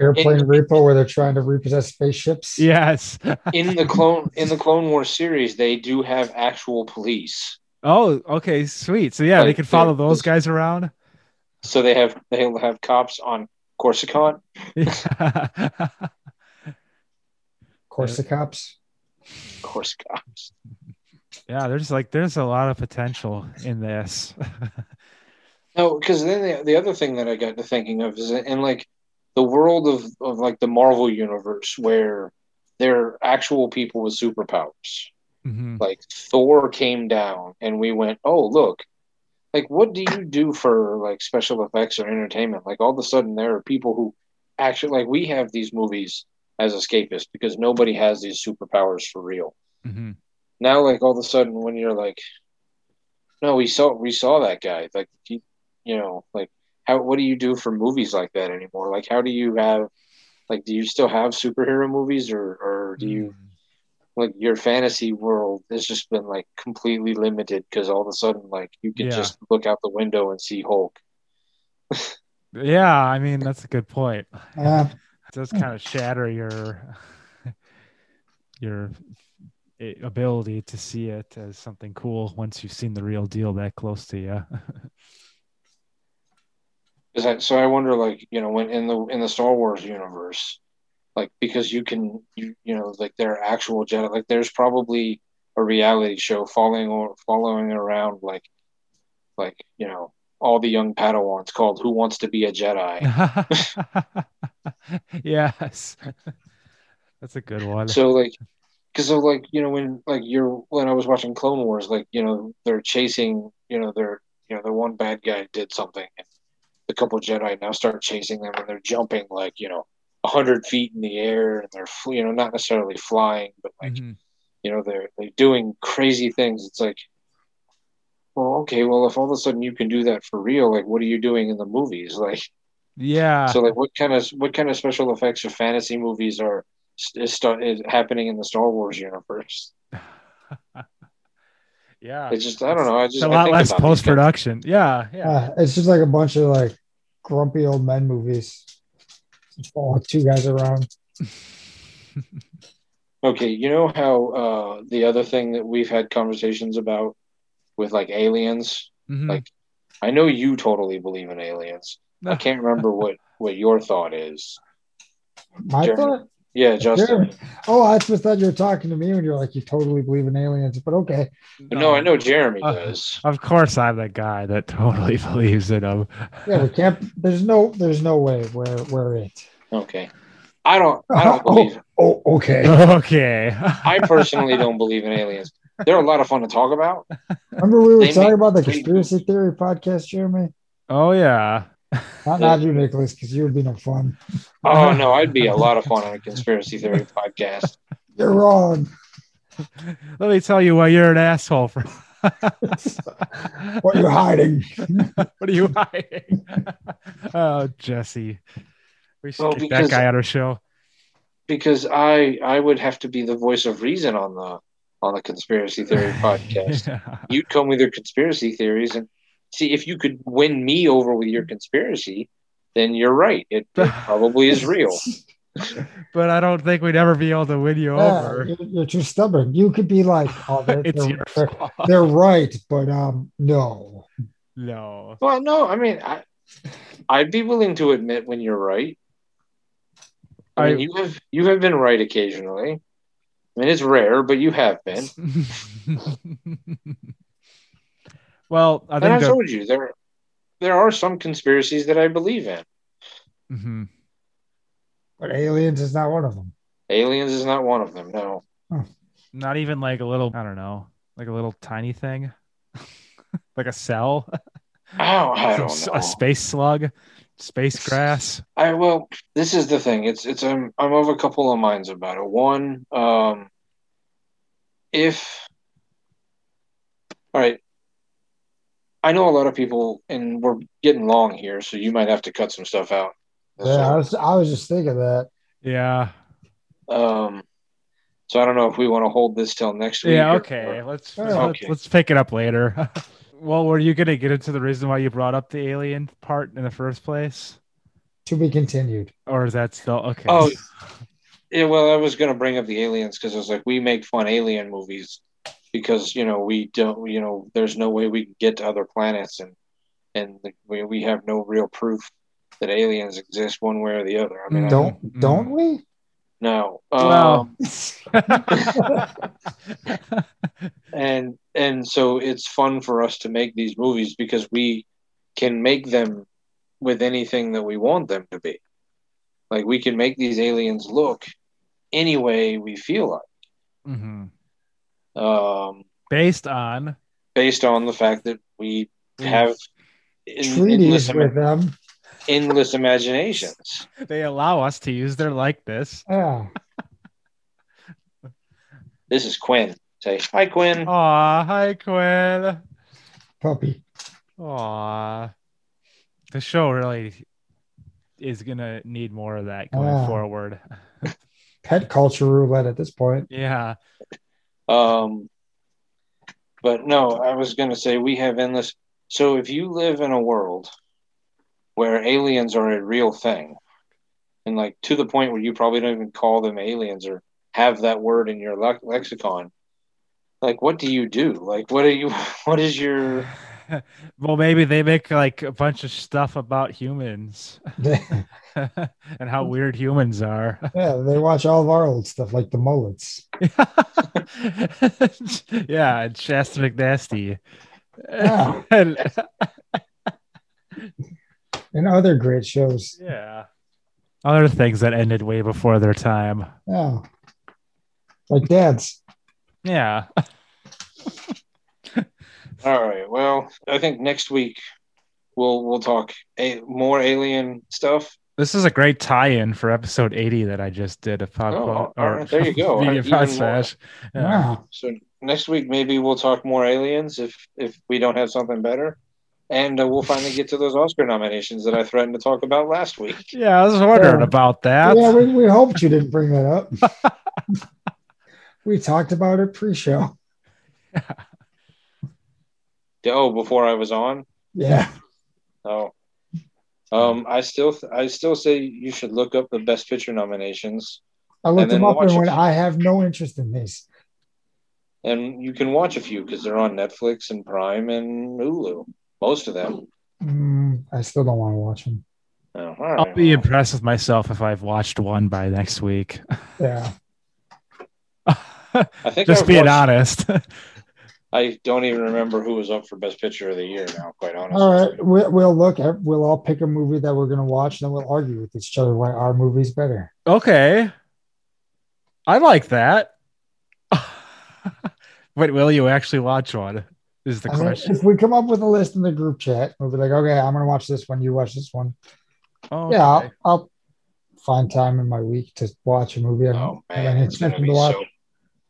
Speaker 2: Airplane
Speaker 1: And-
Speaker 2: repo where they're trying to repossess spaceships.
Speaker 3: yes.
Speaker 1: In the clone in the Clone War series, they do have actual police,
Speaker 3: Oh, okay, sweet. So yeah, they
Speaker 1: Like,
Speaker 3: can follow
Speaker 1: they're-
Speaker 3: those guys around. [LAUGHS]
Speaker 1: so they have they'll have cops on Corsican.
Speaker 2: Corsicops.
Speaker 1: Corsicops.
Speaker 3: Yeah, there's like there's a lot of potential in this. [LAUGHS]
Speaker 1: No, because then the, the other thing that I got to thinking of is in like the world of, of like the Marvel universe where there are actual people with superpowers.
Speaker 3: Mhm.
Speaker 1: Like Thor came down and we went, oh, look, like what do you do for like special effects or entertainment? Like all of a sudden there are people who actually like we have these movies as escapists because nobody has these superpowers for real
Speaker 3: Mhm.
Speaker 1: now like all of a sudden when you're like no we saw we saw that guy like you, you know like how what do you do for movies like that anymore like how do you have like do you still have superhero movies or or do
Speaker 3: Mm.
Speaker 1: you like your fantasy world has just been like completely limited because all of a sudden like you can
Speaker 3: Yeah.
Speaker 1: just look out the window and see hulk
Speaker 3: Yeah, I mean that's a good point.
Speaker 2: Uh,
Speaker 3: It does kind of shatter your [LAUGHS] your i- ability to see it as something cool once you've seen the real deal that close to you.
Speaker 1: Is that, so I wonder, like you know, when in the in the Star Wars universe, like because you can you you know like there are actual Jedi, like there's probably a reality show following or following around like like you know all the young Padawans called Who Wants to Be a Jedi.
Speaker 3: [LAUGHS] yes. [LAUGHS] That's a good one.
Speaker 1: so like. Because so like you know when like you're when I was watching Clone Wars like you know they're chasing you know they're you know the one bad guy did something and the couple Jedi now start chasing them and they're jumping like you know a hundred feet in the air and they're fl- you know not necessarily flying but like
Speaker 3: Mhm.
Speaker 1: you know they're they're doing crazy things. It's like, well, okay, well if all of a sudden you can do that for real, like what are you doing in the movies? [LAUGHS] Like
Speaker 3: Yeah.
Speaker 1: so like what kind of what kind of special effects or fantasy movies are is, start, is happening in the Star Wars universe?
Speaker 3: yeah.
Speaker 1: It's just I don't know. I just
Speaker 3: It's a
Speaker 1: I
Speaker 3: lot
Speaker 1: think
Speaker 3: less
Speaker 1: about these
Speaker 3: post [LAUGHS] production. Yeah. Yeah.
Speaker 2: uh, it's just like a bunch of like grumpy old men movies. following two guys around.
Speaker 1: Okay, you know how uh, the other thing that we've had conversations about with like aliens.
Speaker 3: Mhm.
Speaker 1: Like- I know you totally believe in aliens. I can't
Speaker 3: [LAUGHS]
Speaker 1: remember what what your thought is.
Speaker 2: My
Speaker 1: Sure.
Speaker 2: thought.
Speaker 1: Yeah, Justin.
Speaker 2: Sure. Oh, I just thought you were talking to me when you're like, you totally believe in aliens, but okay.
Speaker 1: No, I know Jeremy
Speaker 3: Uh,
Speaker 1: does.
Speaker 3: Of course, I'm the guy that totally [LAUGHS] believes in them.
Speaker 2: Yeah, we can't. There's no. There's no way we're we're it.
Speaker 1: Okay. I don't I
Speaker 3: [LAUGHS]
Speaker 1: don't believe
Speaker 2: Oh, okay.
Speaker 3: okay. [LAUGHS]
Speaker 1: I personally don't believe in aliens. They're a lot of fun to talk about.
Speaker 2: Remember we were
Speaker 1: They
Speaker 2: talking
Speaker 1: make-
Speaker 2: about the
Speaker 1: they-
Speaker 2: conspiracy theory podcast, Jeremy?
Speaker 3: oh yeah.
Speaker 2: Not not you, Nicholas, because you would be no fun.
Speaker 1: Oh
Speaker 3: [LAUGHS]
Speaker 1: no, I'd be a lot of fun on a conspiracy theory podcast.
Speaker 2: You're wrong.
Speaker 3: Let me tell you why you're an asshole for.
Speaker 2: What are you hiding?
Speaker 3: [LAUGHS] What are you hiding? [LAUGHS] oh, Jesse. We should
Speaker 1: Well,
Speaker 3: get
Speaker 1: because-
Speaker 3: that guy on our show.
Speaker 1: Because I I would have to be the voice of reason on the on the conspiracy
Speaker 3: [LAUGHS]
Speaker 1: theory podcast.
Speaker 3: Yeah.
Speaker 1: You'd come with your conspiracy theories and see if you could win me over with your conspiracy, then you're right. It,
Speaker 3: [LAUGHS]
Speaker 1: it probably is
Speaker 2: [LAUGHS]
Speaker 1: real.
Speaker 3: But I don't think we'd ever be able to win you
Speaker 2: Yeah,
Speaker 3: over.
Speaker 2: you're, you're too stubborn. You could be like, oh, they're,
Speaker 3: [LAUGHS] It's
Speaker 2: they're-
Speaker 3: your
Speaker 2: they're,
Speaker 3: fault. [LAUGHS]
Speaker 2: they're right, but um, no.
Speaker 3: No.
Speaker 1: Well, no, I mean, I, I'd be willing to admit when you're right. I mean,
Speaker 3: I-
Speaker 1: you have you have been right occasionally. I mean, it's rare, but you have been.
Speaker 3: [LAUGHS] well, I
Speaker 1: and I
Speaker 3: think the,
Speaker 1: told you there there are some conspiracies that I believe in.
Speaker 3: Mhm.
Speaker 2: But aliens is not one of them.
Speaker 1: Aliens is not one of them. No,
Speaker 3: not even like a little, I don't know, like a little tiny thing, [LAUGHS] like a cell,
Speaker 1: oh, I
Speaker 3: Some
Speaker 1: don't
Speaker 3: s-
Speaker 1: know.
Speaker 3: [LAUGHS] a space slug, space
Speaker 1: [LAUGHS]
Speaker 3: grass.
Speaker 1: I well, this is the thing. It's it's I'm I'm of a couple of minds about it. One, um, if all right, I know a lot of people, and we're getting long here, so you might have to cut some stuff out.
Speaker 2: Yeah, I was, I was just thinking that.
Speaker 3: Yeah.
Speaker 1: Um, so I don't know if we want to hold this till next week.
Speaker 3: Yeah.
Speaker 1: or-
Speaker 3: Okay.
Speaker 1: or-
Speaker 3: Let's
Speaker 2: Yeah.
Speaker 3: let's,
Speaker 1: Okay.
Speaker 3: let's pick it up later. [LAUGHS] well, were you gonna get into the reason why you brought up the alien part in the first place,
Speaker 2: To be continued.
Speaker 3: or is that still okay?
Speaker 1: Oh. yeah. Well, I was going to bring up the aliens because I was like, we make fun alien movies because you know we don't. You know, there's no way we can get to other planets, and and the, we we have no real proof that aliens exist one way or the other. I mean, I-
Speaker 2: Don't
Speaker 3: Mm.
Speaker 2: don't we?
Speaker 1: no.
Speaker 3: Well- [LAUGHS]
Speaker 1: Um, and and so it's fun for us to make these movies because we can make them with anything that we want them to be like we can make these aliens look any way we feel like
Speaker 3: Mhm.
Speaker 1: um,
Speaker 3: Based on
Speaker 1: based on the fact that we have en- endless,
Speaker 2: Mm. Treaties
Speaker 1: ima-
Speaker 2: with them.
Speaker 1: endless imaginations
Speaker 3: they allow us to use their
Speaker 2: [LAUGHS]
Speaker 3: likeness.
Speaker 2: Yeah.
Speaker 1: this is quinn say hi quinn
Speaker 3: Aw, hi Quinn.
Speaker 2: Puppy.
Speaker 3: Aw. The show really is gonna need more of that going
Speaker 2: Yeah.
Speaker 3: forward.
Speaker 2: Pet culture roulette at this point. [LAUGHS]
Speaker 3: Yeah.
Speaker 1: Um, but no, I was going to say we have endless. So if you live in a world where aliens are a real thing, and like to the point where you probably don't even call them aliens or have that word in your lex- lexicon, like what do you do? Like what are you? [LAUGHS] What is your?
Speaker 3: well, maybe they make like a bunch of stuff about humans [LAUGHS]
Speaker 2: yeah,
Speaker 3: and how weird humans are. [LAUGHS]
Speaker 2: they watch all of our old stuff, like the mullets.
Speaker 3: yeah, and Shasta McNasty.
Speaker 2: Yeah.
Speaker 3: [LAUGHS] And-
Speaker 2: and other great shows.
Speaker 3: yeah. Other things that ended way before their time.
Speaker 2: Yeah. Like dads.
Speaker 3: Yeah.
Speaker 1: All right. Well, I think next week we'll we'll talk a, more alien stuff.
Speaker 3: This is a great tie-in for episode 80 that I just did of Pop
Speaker 1: Oh,
Speaker 3: Pop-
Speaker 1: all right, there you go.
Speaker 3: [LAUGHS] Media
Speaker 1: Even more.
Speaker 3: Pod Smash. Yeah.
Speaker 2: Wow.
Speaker 1: So next week maybe we'll talk more aliens if if we don't have something better, and uh, we'll finally get to those Oscar nominations that I threatened to talk about last week. [LAUGHS]
Speaker 3: Yeah, I was wondering
Speaker 2: Yeah.
Speaker 3: about that.
Speaker 2: Yeah, we, we hoped you didn't bring that up. we talked about it pre show.
Speaker 1: Oh, before I was on.
Speaker 2: Yeah.
Speaker 1: Oh, Um, I still I still say you should look up the Best Picture nominations,
Speaker 2: I looked
Speaker 1: And then
Speaker 2: them up and
Speaker 1: watch it.
Speaker 2: went, I have no interest in these.
Speaker 1: and you can watch a few because they're on Netflix and Prime and Hulu. Most of them.
Speaker 2: Mm, I still don't want to watch them.
Speaker 1: Oh, all
Speaker 3: I'll
Speaker 1: right.
Speaker 3: be impressed with myself if I've watched one by next
Speaker 1: [LAUGHS]
Speaker 3: week.
Speaker 2: Yeah.
Speaker 1: I think
Speaker 3: Just
Speaker 1: I've
Speaker 3: being
Speaker 1: watched-
Speaker 3: honest. [LAUGHS]
Speaker 1: I don't even remember who was up for Best Picture of the year now. Quite honestly.
Speaker 2: All right. We'll, we'll look at, we'll all pick a movie that we're going to watch and then we'll argue with each other why our movie's better.
Speaker 3: okay. I like that. [LAUGHS] but will you actually watch one? Is the
Speaker 2: I mean,
Speaker 3: question.
Speaker 2: if we come up with a list in the group chat, we'll be like, okay, I'm going to watch this one. You watch this one.
Speaker 3: Oh,
Speaker 2: Yeah.
Speaker 3: okay.
Speaker 2: I'll, I'll find time in my week to watch a movie. I don't
Speaker 1: Oh
Speaker 2: have
Speaker 1: man,
Speaker 2: any
Speaker 1: it's gonna
Speaker 2: intention
Speaker 1: be
Speaker 2: to watch.
Speaker 1: so.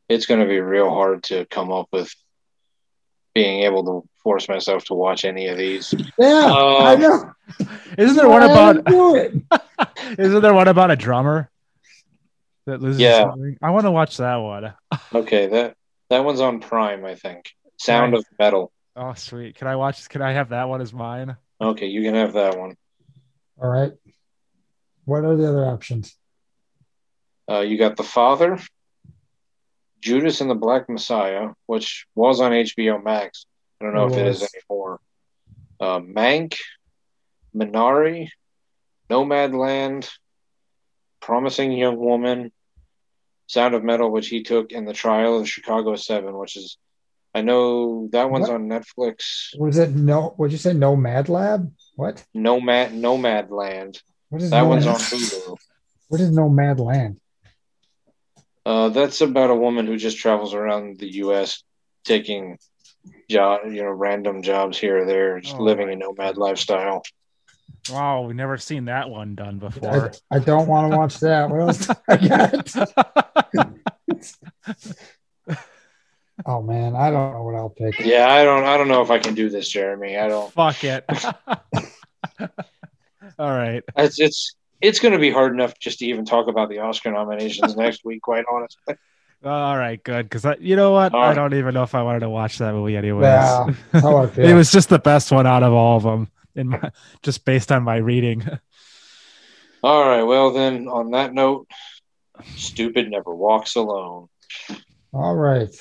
Speaker 1: It's gonna be real hard to come up with being able to force myself to watch any of these.
Speaker 2: yeah. [LAUGHS] I
Speaker 1: Um,
Speaker 2: know.
Speaker 3: Isn't there one
Speaker 2: Why
Speaker 3: about
Speaker 2: do it?
Speaker 3: Isn't there one about [LAUGHS] a drummer that loses?
Speaker 1: Yeah.
Speaker 3: something? I want to watch that one.
Speaker 1: okay, that that one's on Prime, I think. Sound of Metal.
Speaker 3: Oh, sweet. Can I watch? Can I have that one as mine?
Speaker 1: Okay, you can have that one.
Speaker 2: All right. What are the other options?
Speaker 1: Uh, you got The Father, Judas and the Black Messiah, which was on HBO Max. I don't know
Speaker 2: It
Speaker 1: if it is
Speaker 2: was.
Speaker 1: anymore. Uh, Mank, Minari, Nomadland, Promising Young Woman, Sound of Metal, which he took, and The Trial of the Chicago Seven, which is, I know that one's
Speaker 2: What?
Speaker 1: on Netflix.
Speaker 2: Was it no? Would you say no Mad Lab? What?
Speaker 1: Nomad Nomadland.
Speaker 2: What is
Speaker 1: That
Speaker 2: no
Speaker 1: one's on
Speaker 2: Mad-
Speaker 1: Hulu.
Speaker 2: What is no Mad Land?
Speaker 1: Uh, that's about a woman who just travels around the U.S. taking job, you know, random jobs here or there, just
Speaker 3: Oh,
Speaker 1: living
Speaker 3: my
Speaker 1: a nomad lifestyle.
Speaker 3: Wow, we've never seen that one done
Speaker 2: I,
Speaker 3: before.
Speaker 2: I don't want to watch that. What else? do [LAUGHS]
Speaker 3: [LAUGHS]
Speaker 2: I got? Oh man, I don't know what I'll pick.
Speaker 1: Yeah, I don't, I don't know if I can do this, Jeremy. I don't. [LAUGHS]
Speaker 3: Fuck it. All right.
Speaker 1: It's, it's, it's going to be hard enough just to even talk about the Oscar
Speaker 3: [LAUGHS]
Speaker 1: nominations next week. Quite honestly,
Speaker 3: All right. Good. Because you know what?
Speaker 1: All
Speaker 3: I
Speaker 1: right.
Speaker 3: don't even know if I wanted to watch that movie anyways. [LAUGHS]
Speaker 2: Yeah, that's how I
Speaker 3: It
Speaker 2: feel.
Speaker 3: was just the best one out of all of them, in my, just based on my reading.
Speaker 1: all right. Well, then, on that note, stupid never walks alone.
Speaker 2: All right.